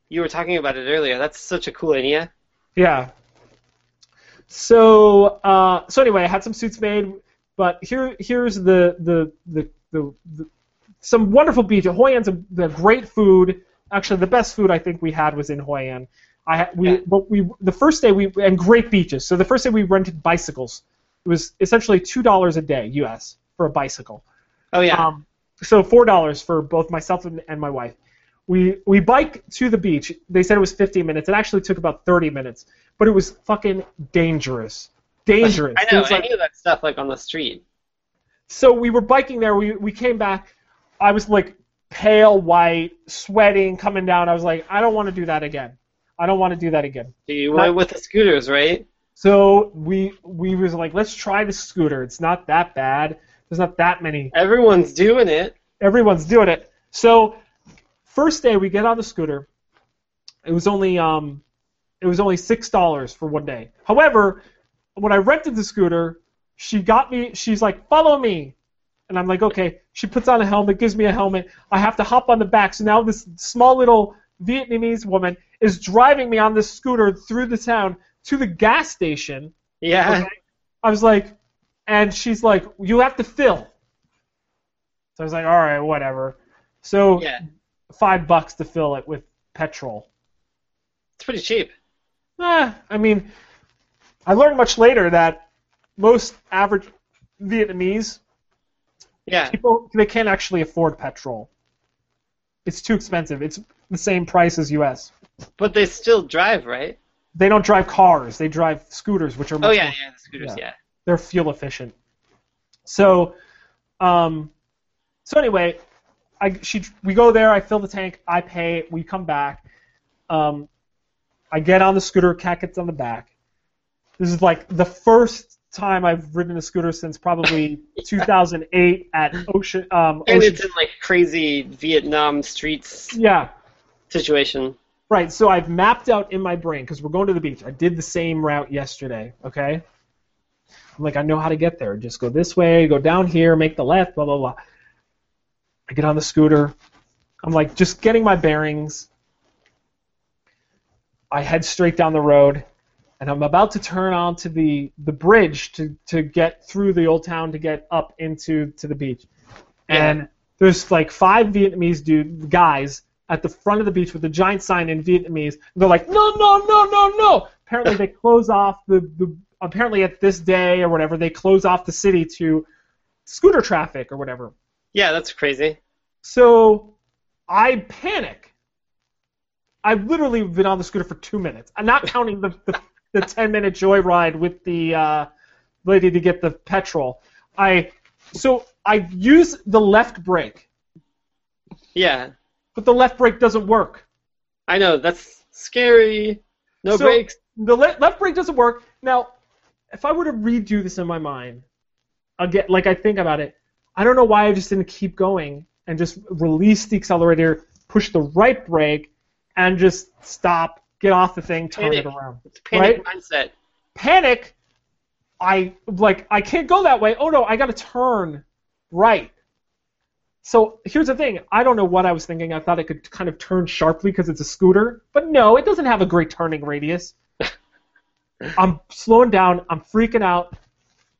you were talking about it earlier. That's such a cool idea. Yeah. So uh, so anyway, I had some suits made, but here here's the the the, the, the some wonderful beach. Hoi An's a, the great food. Actually, the best food I think we had was in Hoi An. I ha- we Yeah. but we the first day we and great beaches. So the first day we rented bicycles It was essentially two dollars a day U.S. for a bicycle. Oh yeah. Um, so four dollars for both myself and, and my wife. We we bike to the beach. They said it was 15 minutes. It actually took about 30 minutes, but it was fucking dangerous. Dangerous. I It know eh? was like- any of that stuff like on the street. so we were biking there. We we came back. I was like pale white, sweating, coming down. I was like, I don't want to do that again. I don't want to do that again. You Not- went with the scooters, right? So we we was like, let's try the scooter. It's not that bad. There's not that many. Everyone's doing it. Everyone's doing it. So first day we get on the scooter. It was only um, it was only six dollars for one day. However, when I rented the scooter, she got me. She's like, follow me, and I'm like, okay. She puts on a helmet, gives me a helmet. I have to hop on the back. So now this small little Vietnamese woman is driving me on this scooter through the town to the gas station. Yeah. Okay. I was like, and she's like, you have to fill. So I was like, all right, whatever. So Yeah. five bucks to fill it with petrol. It's pretty cheap. Eh, I mean, I learned much later that most average Vietnamese Yeah. people they can't actually afford petrol. It's too expensive. It's the same price as U.S. But they still drive, right? They don't drive cars. They drive scooters, which are much Oh more yeah, yeah, the scooters, yeah. they're fuel efficient. So, um, so anyway, I she we go there. I fill the tank. I pay. We come back. Um, I get on the scooter. Cat gets on the back. This is like the first time I've ridden a scooter since probably 2008 at Ocean. Um, And Ocean it's in like crazy Vietnam streets yeah. situation. Right, so I've mapped out in my brain because we're going to the beach. I did the same route yesterday, okay? I'm like, I know how to get there. Just go this way, go down here, make the left, blah, blah, blah. I get on the scooter. I'm like, just getting my bearings. I head straight down the road, and I'm about to turn onto the, the bridge to, to get through the old town to get up into to the beach. And there's like five Vietnamese dude guys at the front of the beach with a giant sign in Vietnamese. And they're like, no, no, no, no, no. Apparently they close off the, the apparently at this day or whatever they close off the city to scooter traffic or whatever. Yeah, that's crazy. So I panic. I've literally been on the scooter for two minutes. I'm not counting the, the, the 10 minute joyride with the uh, lady to get the petrol. I so I use the left brake, Yeah. but the left brake doesn't work. I know, that's scary. No So- brakes. The le- left brake doesn't work. Now, if I were to redo this in my mind, again, like I think about it, I don't know why I just didn't keep going and just release the accelerator, push the right brake, and just stop, get off the thing, turn it Panic. around. It's panic mindset. Panic! I like I can't go that way. Oh no, I gotta turn right. So here's the thing. I don't know what I was thinking. I thought it could kind of turn sharply because it's a scooter, but no, it doesn't have a great turning radius. I'm slowing down. I'm freaking out.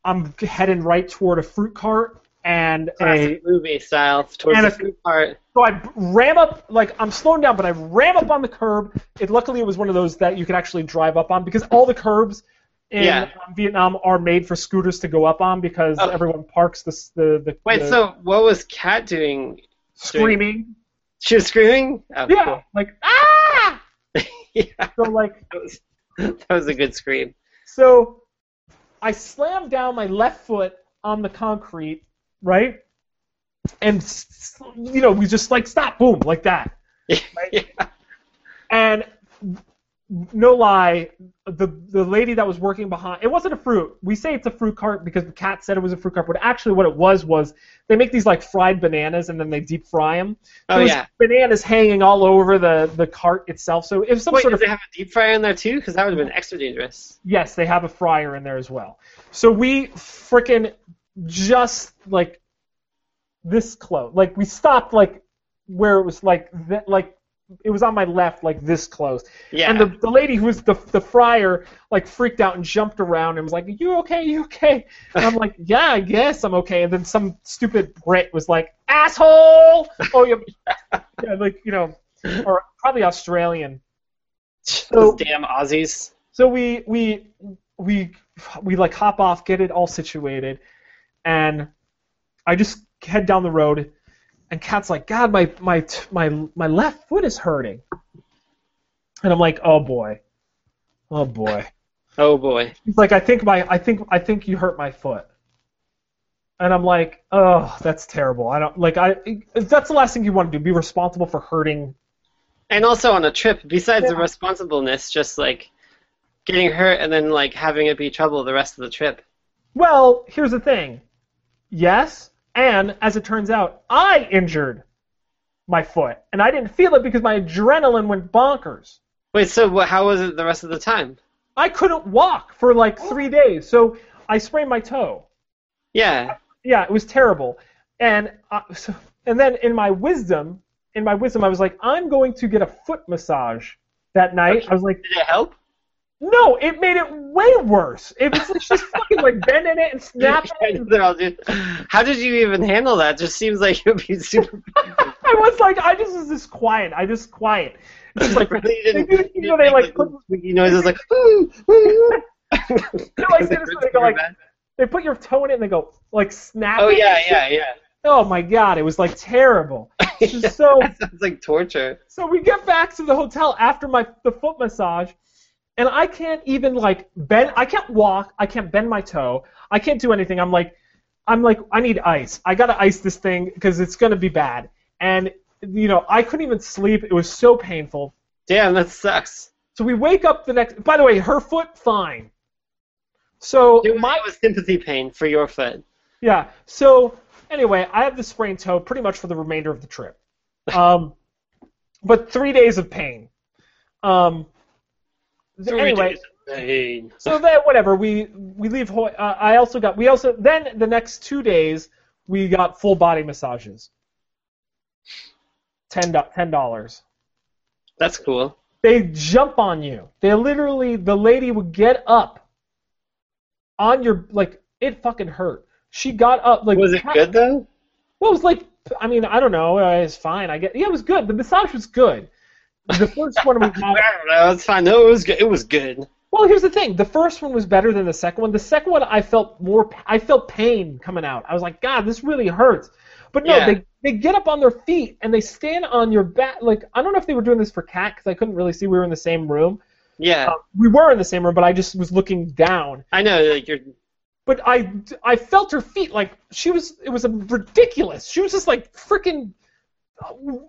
I'm heading right toward a fruit cart and a. Classic movie style towards And the a- food part. So I ram up. Like I'm slowing down, but I ram up on the curb. It luckily it was one of those that you could actually drive up on because all the curbs in Yeah. um, Vietnam are made for scooters to go up on because Oh. everyone parks the s- the, the Wait, the so what was Kat doing? screaming. She was screaming? Oh, Yeah, cool. like ah. yeah. So like That was, that was a good scream. So I slammed down my left foot on the concrete, right? And s- s- you know, we just like stop, boom, like that. And no lie, the the lady that was working behind it wasn't a fruit. We say it's a fruit cart because the cat said it was a fruit cart, but actually what it was was they make these like fried bananas and then they deep fry them. Oh, yeah. bananas hanging all over the the cart itself. So it was some Wait, sort did of they have a deep fryer in there too? Because that would have been extra dangerous. Yes, they have a fryer in there as well. So we frickin' just like this close. Like we stopped like where it was like th- like it was on my left like this close. Yeah. And the, the lady who was the the fryer like freaked out and jumped around and was like, "You okay? You okay?" And I'm like, "Yeah, I guess I'm okay." And then some stupid Brit was like, "Asshole!" Oh yeah, yeah like you know, or probably Australian. Those damn Aussies. So we we we we like hop off, get it all situated, and I just head down the road, and Kat's like, God, my my t- my my left foot is hurting, and I'm like, oh boy, oh boy. Oh boy. She's like, I think my I think I think you hurt my foot, and I'm like, oh, that's terrible. I don't like I. That's the last thing you want to do. Be responsible for hurting. And also on a trip, besides the Yeah. responsibleness, just like getting hurt and then like having it be trouble the rest of the trip. Well, here's the thing. Yes, and as it turns out, I injured my foot, and I didn't feel it because my adrenaline went bonkers. Wait, so wha how was it the rest of the time? I couldn't walk for like three days, so I sprained my toe. Yeah. yeah, it was terrible. And uh, so, and then in my wisdom, in my wisdom, I was like, I'm going to get a foot massage that night. I was like, Did it help? no, it made it way worse. It was like she's fucking like bending it and snapping. It. They're all just- How did you even handle that? Just seems like you'd be super. I was like, I just was just quiet. I just quiet. It's like Really they didn't- do, you know, they make like little put, squeaky noises like. "Ooh, ooh." no, I Is see it this hurt they go super like bad? they put your toe in it and they go like snap. Oh it. yeah, yeah, yeah. Oh my god, it was like terrible. It's just so That sounds like torture. So we get back to the hotel after my the foot massage, and I can't even like bend. I can't walk. I can't bend my toe. I can't do anything. I'm like, I'm like, I need ice. I gotta ice this thing because it's gonna be bad. And you know, I couldn't even sleep. It was so painful. Damn, that sucks. So we wake up the next. By the way, her foot fine. So It was, my it was sympathy pain for your foot. yeah. So anyway, I have the sprained toe pretty much for the remainder of the trip. Um, but three days of pain. Um, th- anyway, Pain. so then whatever we we leave. Hawaii- Uh, I also got we also then the next two days we got full body massages. Ten do- ten dollars. That's cool. They jump on you. They literally the lady would get up on your like it fucking hurt. She got up like Was it good though? Well, it was like, I mean, I don't know. uh, It's fine. I get. Yeah, it was good. The massage was good. The first one we I got. don't know. It's fine. No, it was good. It was good. Well, here's the thing. The first one was better than the second one. The second one, I felt more. I felt pain coming out. I was like, God, this really hurts. But no, Yeah. they they get up on their feet and they stand on your back. Like I don't know if they were doing this for Cat because I couldn't really see. We were in the same room. Yeah, Uh, we were in the same room, but I just was looking down. I know. Like you're. but I, I felt her feet like she was it was ridiculous. She was just like freaking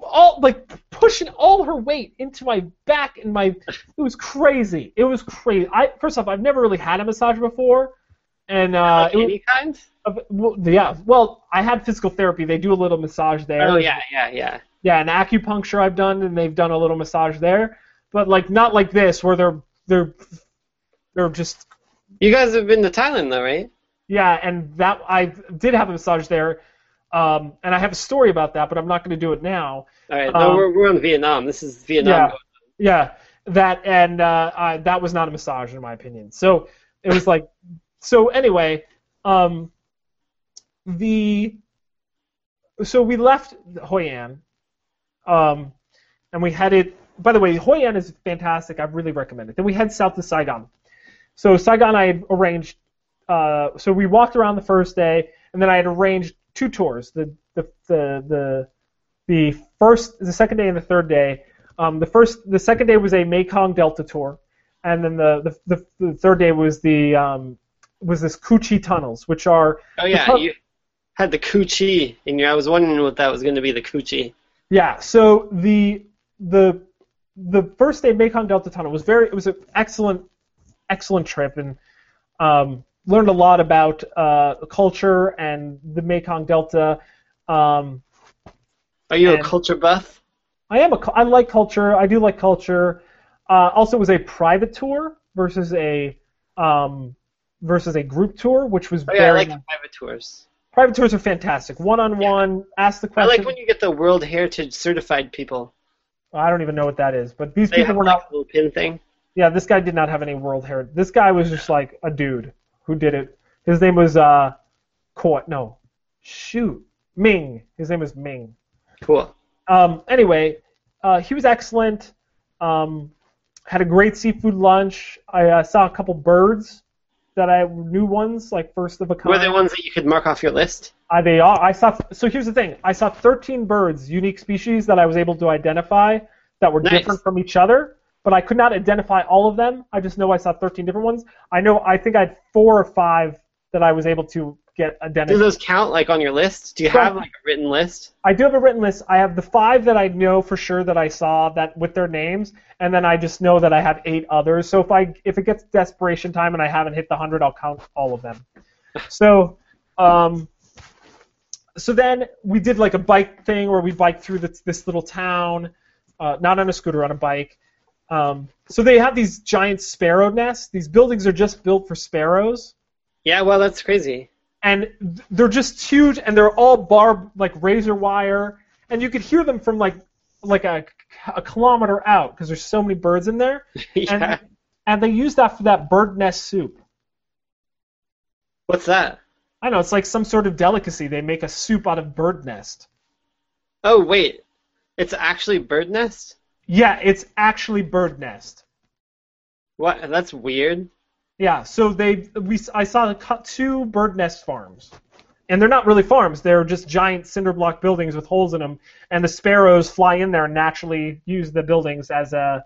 all like pushing all her weight into my back and my it was crazy. It was crazy. I first off I've never really had a massage before, and uh, like, it was, any kind? uh, well, yeah. Well, I had physical therapy. They do a little massage there. Oh yeah, yeah, yeah. Yeah, and acupuncture I've done, and they've done a little massage there, but like not like this where they're they're they're just You guys have been to Thailand though, right? Yeah, and that I did have a massage there, um, and I have a story about that, but I'm not going to do it now. All right. No, Um, we're we're in Vietnam. This is Vietnam. Yeah. Yeah, that and uh, I, that was not a massage in my opinion. So it was like, so anyway, um, the so we left Hoi An, um, and we headed. By the way, Hoi An is fantastic. I really recommend it. Then we head south to Saigon. So Saigon, I had arranged. Uh, so we walked around the first day, and then I had arranged two tours. The the the the, the first, the second day, and the third day. Um, the first, the second day was a Mekong Delta tour, and then the the, the, the third day was the um, was this Kuchi tunnels, which are Oh yeah, pub- you had the coochie in your. I was wondering what that was going to be. The coochie. Yeah. So the the the first day Mekong Delta Tunnel was very it was an excellent excellent trip and um, learned a lot about uh, culture and the Mekong Delta. Um, Are you a And- culture buff? I am a cu- I like culture. I do like culture. Uh, also, it was a private tour versus a um, versus a group tour, which was Oh very yeah, I like nice. private tours. private tours are fantastic. One on one, ask the I question. like when you get the World Heritage certified people. I don't even know what that is, but these They people have were like not a little pin thing. Yeah, this guy did not have any world heritage. This guy was just like a dude who did it. His name was uh, Koi. No, shoot, Ming. His name was Ming. Cool. Um, anyway, uh, he was excellent. Um, had a great seafood lunch. I uh, saw a couple birds. that I new ones like first of a kind. Were there ones that you could mark off your list? Uh, they are. I saw. So here's the thing. I saw 13 birds, unique species that I was able to identify that were Nice. different from each other, but I could not identify all of them. I just know I saw 13 different ones. I know. I think I had four or five that I was able to get Do identified. those count like on your list? Do you have like a written list? I do have a written list. I have the five that I know for sure that I saw that with their names, and then I just know that I have eight others. So if I if it gets desperation time and I haven't hit the hundred, I'll count all of them. So, um, so then we did like a bike thing where we biked through this, this little town, uh, not on a scooter, on a bike. Um, so they have these giant sparrow nests. These buildings are just built for sparrows Yeah, well that's crazy. and th- they're just huge and they're all barb like razor wire and you could hear them from like like a, a kilometer out because there's so many birds in there yeah. and, and they use that for that bird nest soup What's that? i know it's like some sort of delicacy they make a soup out of bird nest Oh wait. It's actually bird nest? yeah it's actually bird nest What that's weird. Yeah, so they we I saw the cut two bird nest farms, and they're not really farms. They're just giant cinder block buildings with holes in them, and the sparrows fly in there and naturally use the buildings as a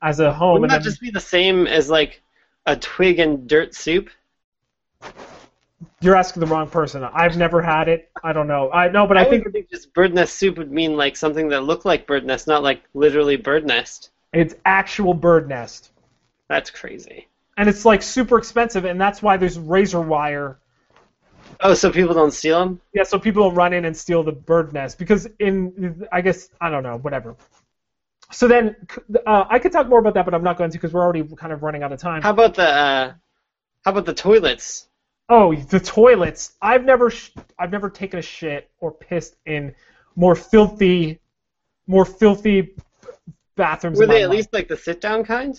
as a home. Wouldn't Oh, and that then- just be the same as like a twig and dirt soup? you're asking the wrong person. I've never had it. I don't know. I no, but I, think would think just bird nest soup would mean like something that looked like bird nest, not like literally bird nest. it's actual bird nest, That's crazy. and it's like super expensive, and that's why there's razor wire Oh, so people don't steal them? Yeah, so people don't run in and steal the bird nest because in I guess I don't know, whatever. So then uh, I could talk more about that, but I'm not going to because we're already kind of running out of time. How about the uh, how about the toilets? oh, the toilets! I've never sh- I've never taken a shit or pissed in more filthy, more filthy bathrooms. Were in my they at life. least like the sit down kind?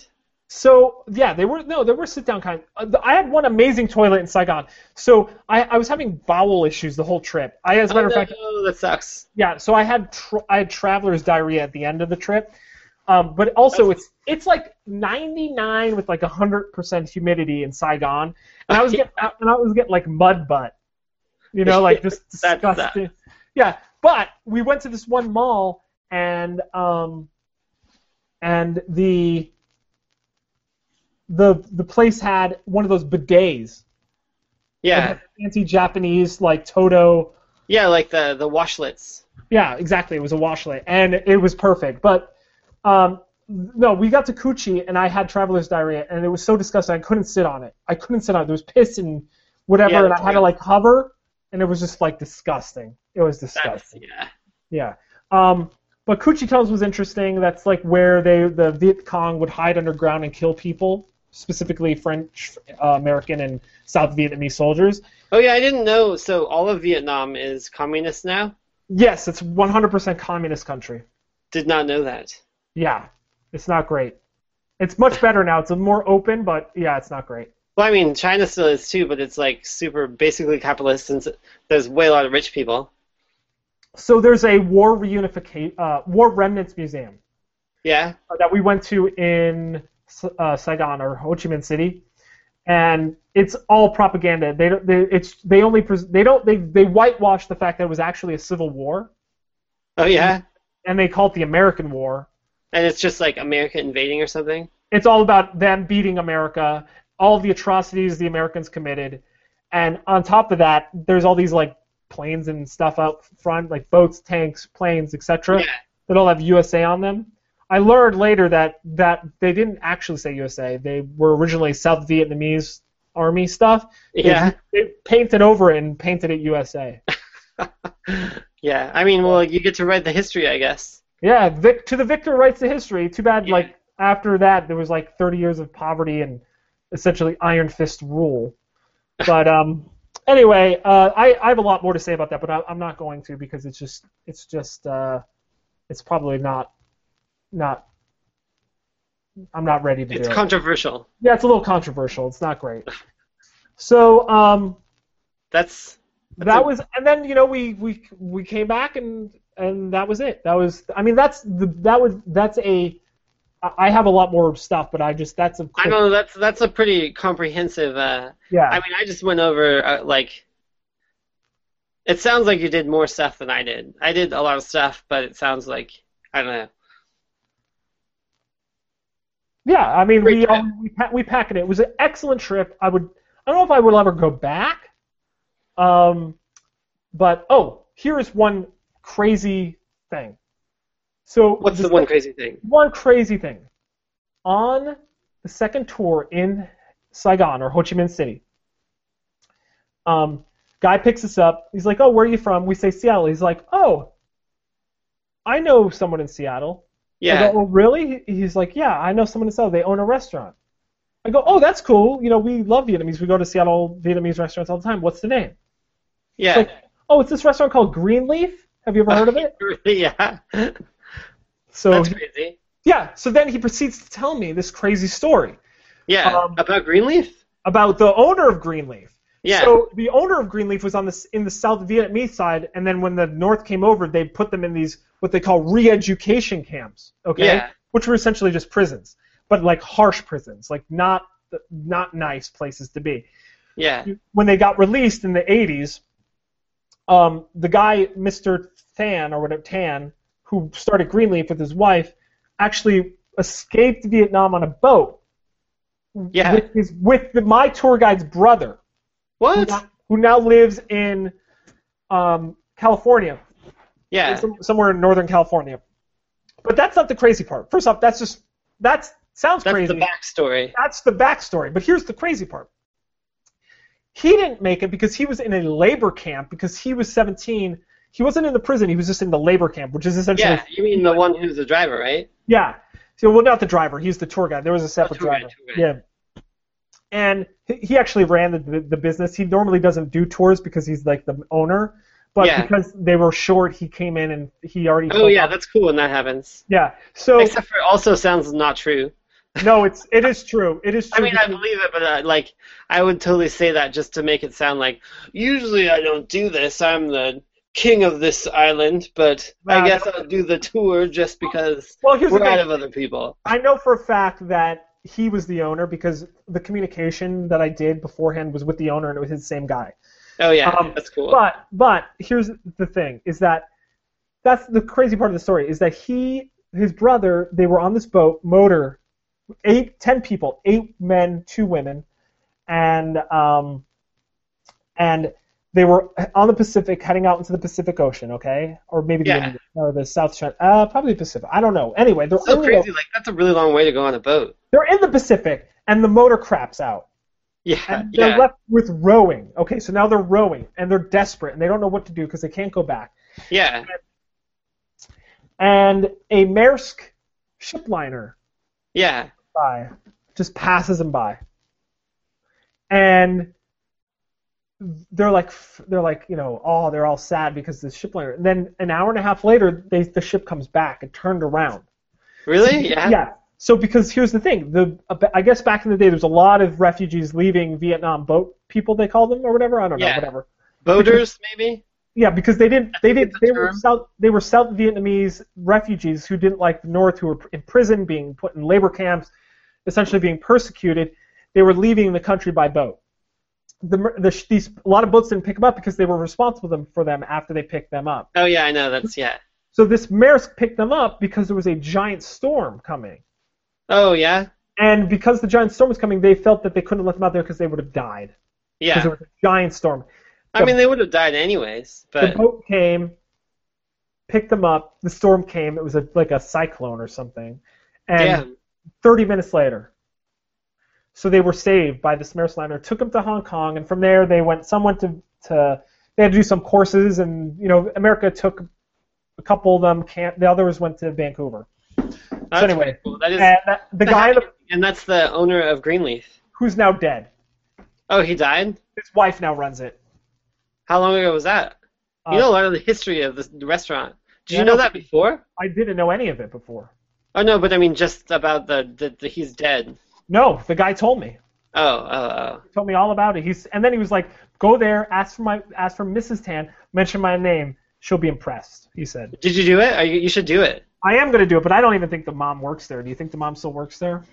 So yeah, they were no, they were sit down kind. Uh, I had one amazing toilet in Saigon. So I, I was having bowel issues the whole trip. I as a Oh, matter no, of fact, that sucks. Yeah, so I had tr I had traveler's diarrhea at the end of the trip, um, but also it's it's like 99 with like 100% humidity in Saigon, and I was getting and I was getting like mud butt, you know, like just That sucks. disgusting. Yeah, but we went to this one mall and um, and the the the place had one of those bidets, Yeah, fancy Japanese like Toto. yeah, like the the washlets. Yeah, exactly. It was a washlet, and it was perfect. But um, no, we got to Coochie, and I had traveler's diarrhea, and it was so disgusting. I couldn't sit on it. I couldn't sit on it. There was piss and whatever, Yeah, and I had to yeah. like hover, and it was just like disgusting. It was That's disgusting. yeah. Yeah. Um, but Coochie Tunnels was interesting. That's like where they the Viet Cong would hide underground and kill people, specifically French, uh, American, and South Vietnamese soldiers. Oh yeah, I didn't know. So all of Vietnam is communist now. Yes, it's 100% communist country. Did not know that. Yeah, it's not great. It's much better now. It's more open, but yeah, it's not great. Well, I mean, China still is too, but it's like super basically capitalist since there's way a lot of rich people. So there's a war reunification, uh, war remnants museum Yeah, uh, that we went to in S- uh, Saigon or Ho Chi Minh City, and it's all propaganda. They don't. They, it's they only pres- they don't they they whitewash the fact that it was actually a civil war, Oh yeah, and they call it the American War. and it's just like America invading or something. It's all about them beating America, all the atrocities the Americans committed, and on top of that, there's all these like planes and stuff out front, like boats, tanks, planes, etc. Yeah. That all have USA on them. I learned later that that they didn't actually say USA. They were originally South Vietnamese army stuff. They- Yeah, They painted over it and painted it USA. yeah. I mean, well, you get to write the history, I guess. Yeah, Vic, to the victor writes the history. Too bad, Yeah. like after that, there was like 30 years of poverty and essentially iron fist rule. But um, anyway, uh, I, I have a lot more to say about that, but I, I'm not going to because it's just it's just uh, it's probably not not I'm not ready to It's do it. controversial. yeah, it's a little controversial. It's not great. So um, That's That's that a- was and then you know we we we came back and and that was it that was i mean that's the that was that's a I- I have a lot more stuff, but I just that's a I quick, don't know. That's that's a pretty comprehensive. Uh, yeah. I mean, I just went over uh, like. It sounds like you did more stuff than I did. I did a lot of stuff, but it sounds like I don't know. Yeah, I mean, Great we trip. we pa- we packed it. It was an excellent trip. I would I don't know if I will ever go back. Um, but oh, here is one crazy thing. So What's the this- one crazy thing? one crazy thing? On the second tour in Saigon or Ho Chi Minh City, um, guy picks us up. He's like, "Oh, where are you from?" We say Seattle. He's like, "Oh, I know someone in Seattle." I Yeah. go, oh, really? He- He's like, yeah, I know someone in Seattle. They own a restaurant. I go, oh, that's cool. You know, we love Vietnamese. We go to Seattle Vietnamese restaurants all the time. What's the name? Yeah. like- Oh, it's this restaurant called Greenleaf. Have you ever heard of it? yeah. So That's crazy. yeah. So then he proceeds to tell me this crazy story Yeah. Um, About Greenleaf? about the owner of Greenleaf. Yeah. So the owner of Greenleaf was on the s- in the South Vietnamese side, and then when the North came over, they put them in these what they call re-education camps. Okay. Yeah. Which were essentially just prisons, but like harsh prisons, like not not nice places to be. Yeah. when they got released in the 80s, um, the guy, Mr. Tan or whatever Tan, who started Greenleaf with his wife, actually escaped Vietnam on a boat. Yeah. With, his, with the, my tour guide's brother, who What? now, who now lives in um, California, Yeah. some- somewhere in Northern California. But that's not the crazy part. First off, that's just that's sounds That's crazy. the backstory. That's the backstory. But here's the crazy part. He didn't make it because he was in a labor camp because he was 17. He wasn't in the prison. He was just in the labor camp, which is essentially Yeah. You mean the one who's the driver, right? yeah. So well, not the driver. He's the tour guide. There was a separate tour guide, driver. tour guide. Yeah. And he- he actually ran the, the the business. He normally doesn't do tours because he's like the owner, but Yeah. because they were short, he came in and he already. Oh, filled yeah. up. That's cool when that happens. yeah. So Except for it also sounds not true. no, it's it is true. It is I true. mean, I because- believe it, but uh, like, I would totally say that just to make it sound like usually I don't do this. I'm the king of this island, but Nah, I guess don't- I'll do the tour just because well, here's we're the thing. out of other people. I know for a fact that he was the owner because the communication that I did beforehand was with the owner and it was his same guy. Oh yeah, Um, that's cool. But but here's the thing is that that's the crazy part of the story is that he his brother they were on this boat motor eight ten people eight men two women and um and they were on the Pacific heading out into the Pacific Ocean okay or maybe the Yeah. Indian- or the South China uh probably the Pacific I don't know anyway they're so on the crazy. Like that's a really long way to go on a boat. they're in the Pacific, and the motor craps out. Yeah, And they're yeah, left with rowing. Okay, so now they're rowing, and they're desperate, and they don't know what to do because they can't go back. yeah. And a Maersk ship liner Yeah. by just passes them by, and they're like they're like you know oh they're all sad because the ship liner. And then an hour and a half later, they, the ship comes back and turned around. Really? Yeah. Yeah. So because here's the thing, the I guess back in the day there was a lot of refugees leaving Vietnam boat people they call them or whatever I don't know Yeah. whatever Boaters, maybe? yeah because they didn't they didn't That's the they were term. South they were South Vietnamese refugees who didn't like the North who were in prison being put in labor camps essentially being persecuted they were leaving the country by boat the, mer- the sh- these a lot of boats didn't pick them up because they were responsible them for them after they picked them up Oh yeah, I know. That's yeah. so this Maersk picked them up because there was a giant storm coming. Oh yeah. And because the giant storm was coming, they felt that they couldn't let them out there because they would have died. Because Yeah. there was a giant storm. I mean, they would have died anyways, The but boat came, picked them up. The storm came. It was a, like a cyclone or something. And damn. 30 minutes later, so they were saved by the Maersk liner. Took them to Hong Kong, and from there they went. Some went to, to they had to do some courses, and you know America took a couple of them. Camp. The others went to Vancouver. That's anyway, pretty cool. that is And that, the guy that- and that's the owner of Greenleaf. who's now dead, Oh, he died. his wife now runs it. How long ago was that? Uh, you know a lot of the history of this restaurant. Did Yeah, you I know know. that before? I didn't know any of it before. Oh no, but I mean just about the, the, the he's dead. No, the guy told me. Oh oh oh. He told me all about it. He's and then he was like, "Go there, ask for my ask for Mrs. Tan, mention my name, she'll be impressed." He said. Did you do it? Are you, you should do it. I am going to do it, but I don't even think the mom works there. Do you think the mom still works there?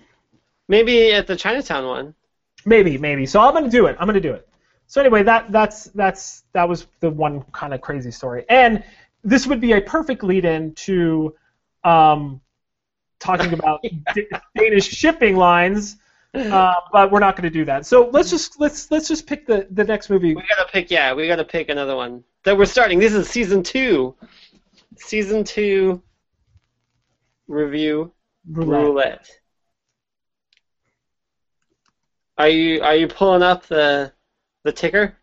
Maybe at the Chinatown one. Maybe, maybe. So I'm going to do it. I'm going to do it. So anyway, that that's that's that was the one kind of crazy story, and this would be a perfect lead-in to um, talking about D- Danish shipping lines, uh, but we're not going to do that. So let's just let's let's just pick the the next movie. We gotta pick. Yeah, we gotta pick another one that we're starting. This is season two. Season two review Roulette. roulette. Are you are you pulling up the the ticker?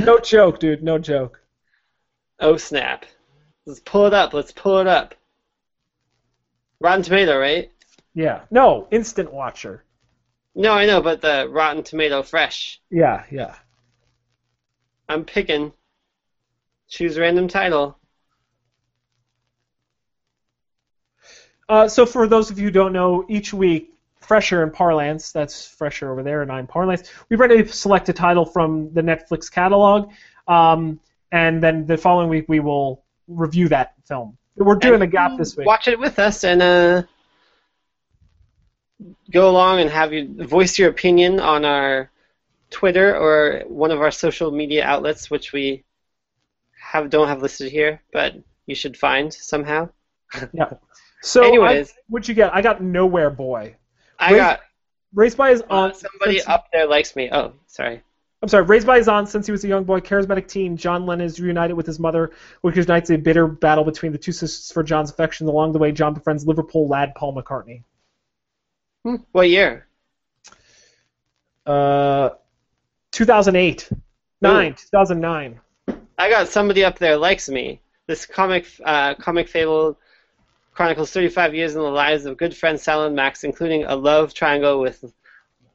No joke, dude. No joke. Oh snap! Let's pull it up. Let's pull it up. Rotten Tomato, right? Yeah. No, instant watcher. No, I know, but the Rotten Tomato Fresh. Yeah, yeah. I'm picking. Choose random title. Uh, so for those of you who don't know, each week, Fresher in Parlance, that's Fresher over there and I'm Parlance, we read a select a title from the Netflix catalog, um, and then the following week we will review that film. We're doing And a gap this week. Watch it with us and uh, go along and have you voice your opinion on our Twitter or one of our social media outlets, which we have don't have listed here, but you should find somehow. So Anyways. I, what'd you get? I got Nowhere Boy. I Raised got Raised by his uh, aunt. somebody since- up there likes me. Oh, sorry. I'm sorry, raised by his aunt since he was a young boy, charismatic teen, John Lennon is reunited with his mother, which ignites a bitter battle between the two sisters for John's affection. Along the way, John befriends Liverpool lad Paul McCartney. Hmm, What year? Uh, 2008. Nine, 2009. I got somebody up there likes me. This comic, uh, comic fable chronicles 35 years in the lives of good friends Sal and Max, including a love triangle with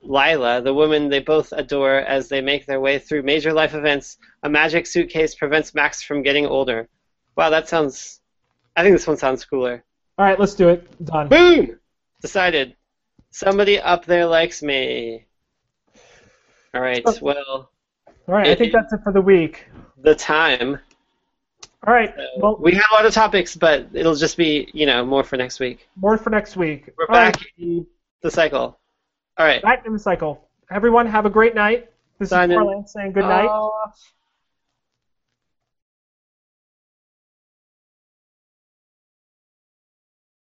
Lila, the woman they both adore, as they make their way through major life events. A magic suitcase prevents Max from getting older. Wow, that sounds. I think this one sounds cooler. All right, let's do it. Done. Boom! Decided. Somebody up there likes me. All right, well, All right, I think that's it for the week. the time. All right, well, Uh, we have a lot of topics, but it'll just be you know more for next week. more for next week. We're All right, back in the cycle. All right. back in the cycle. Everyone, have a great night. This Sign in. is Carlin saying good night. Off.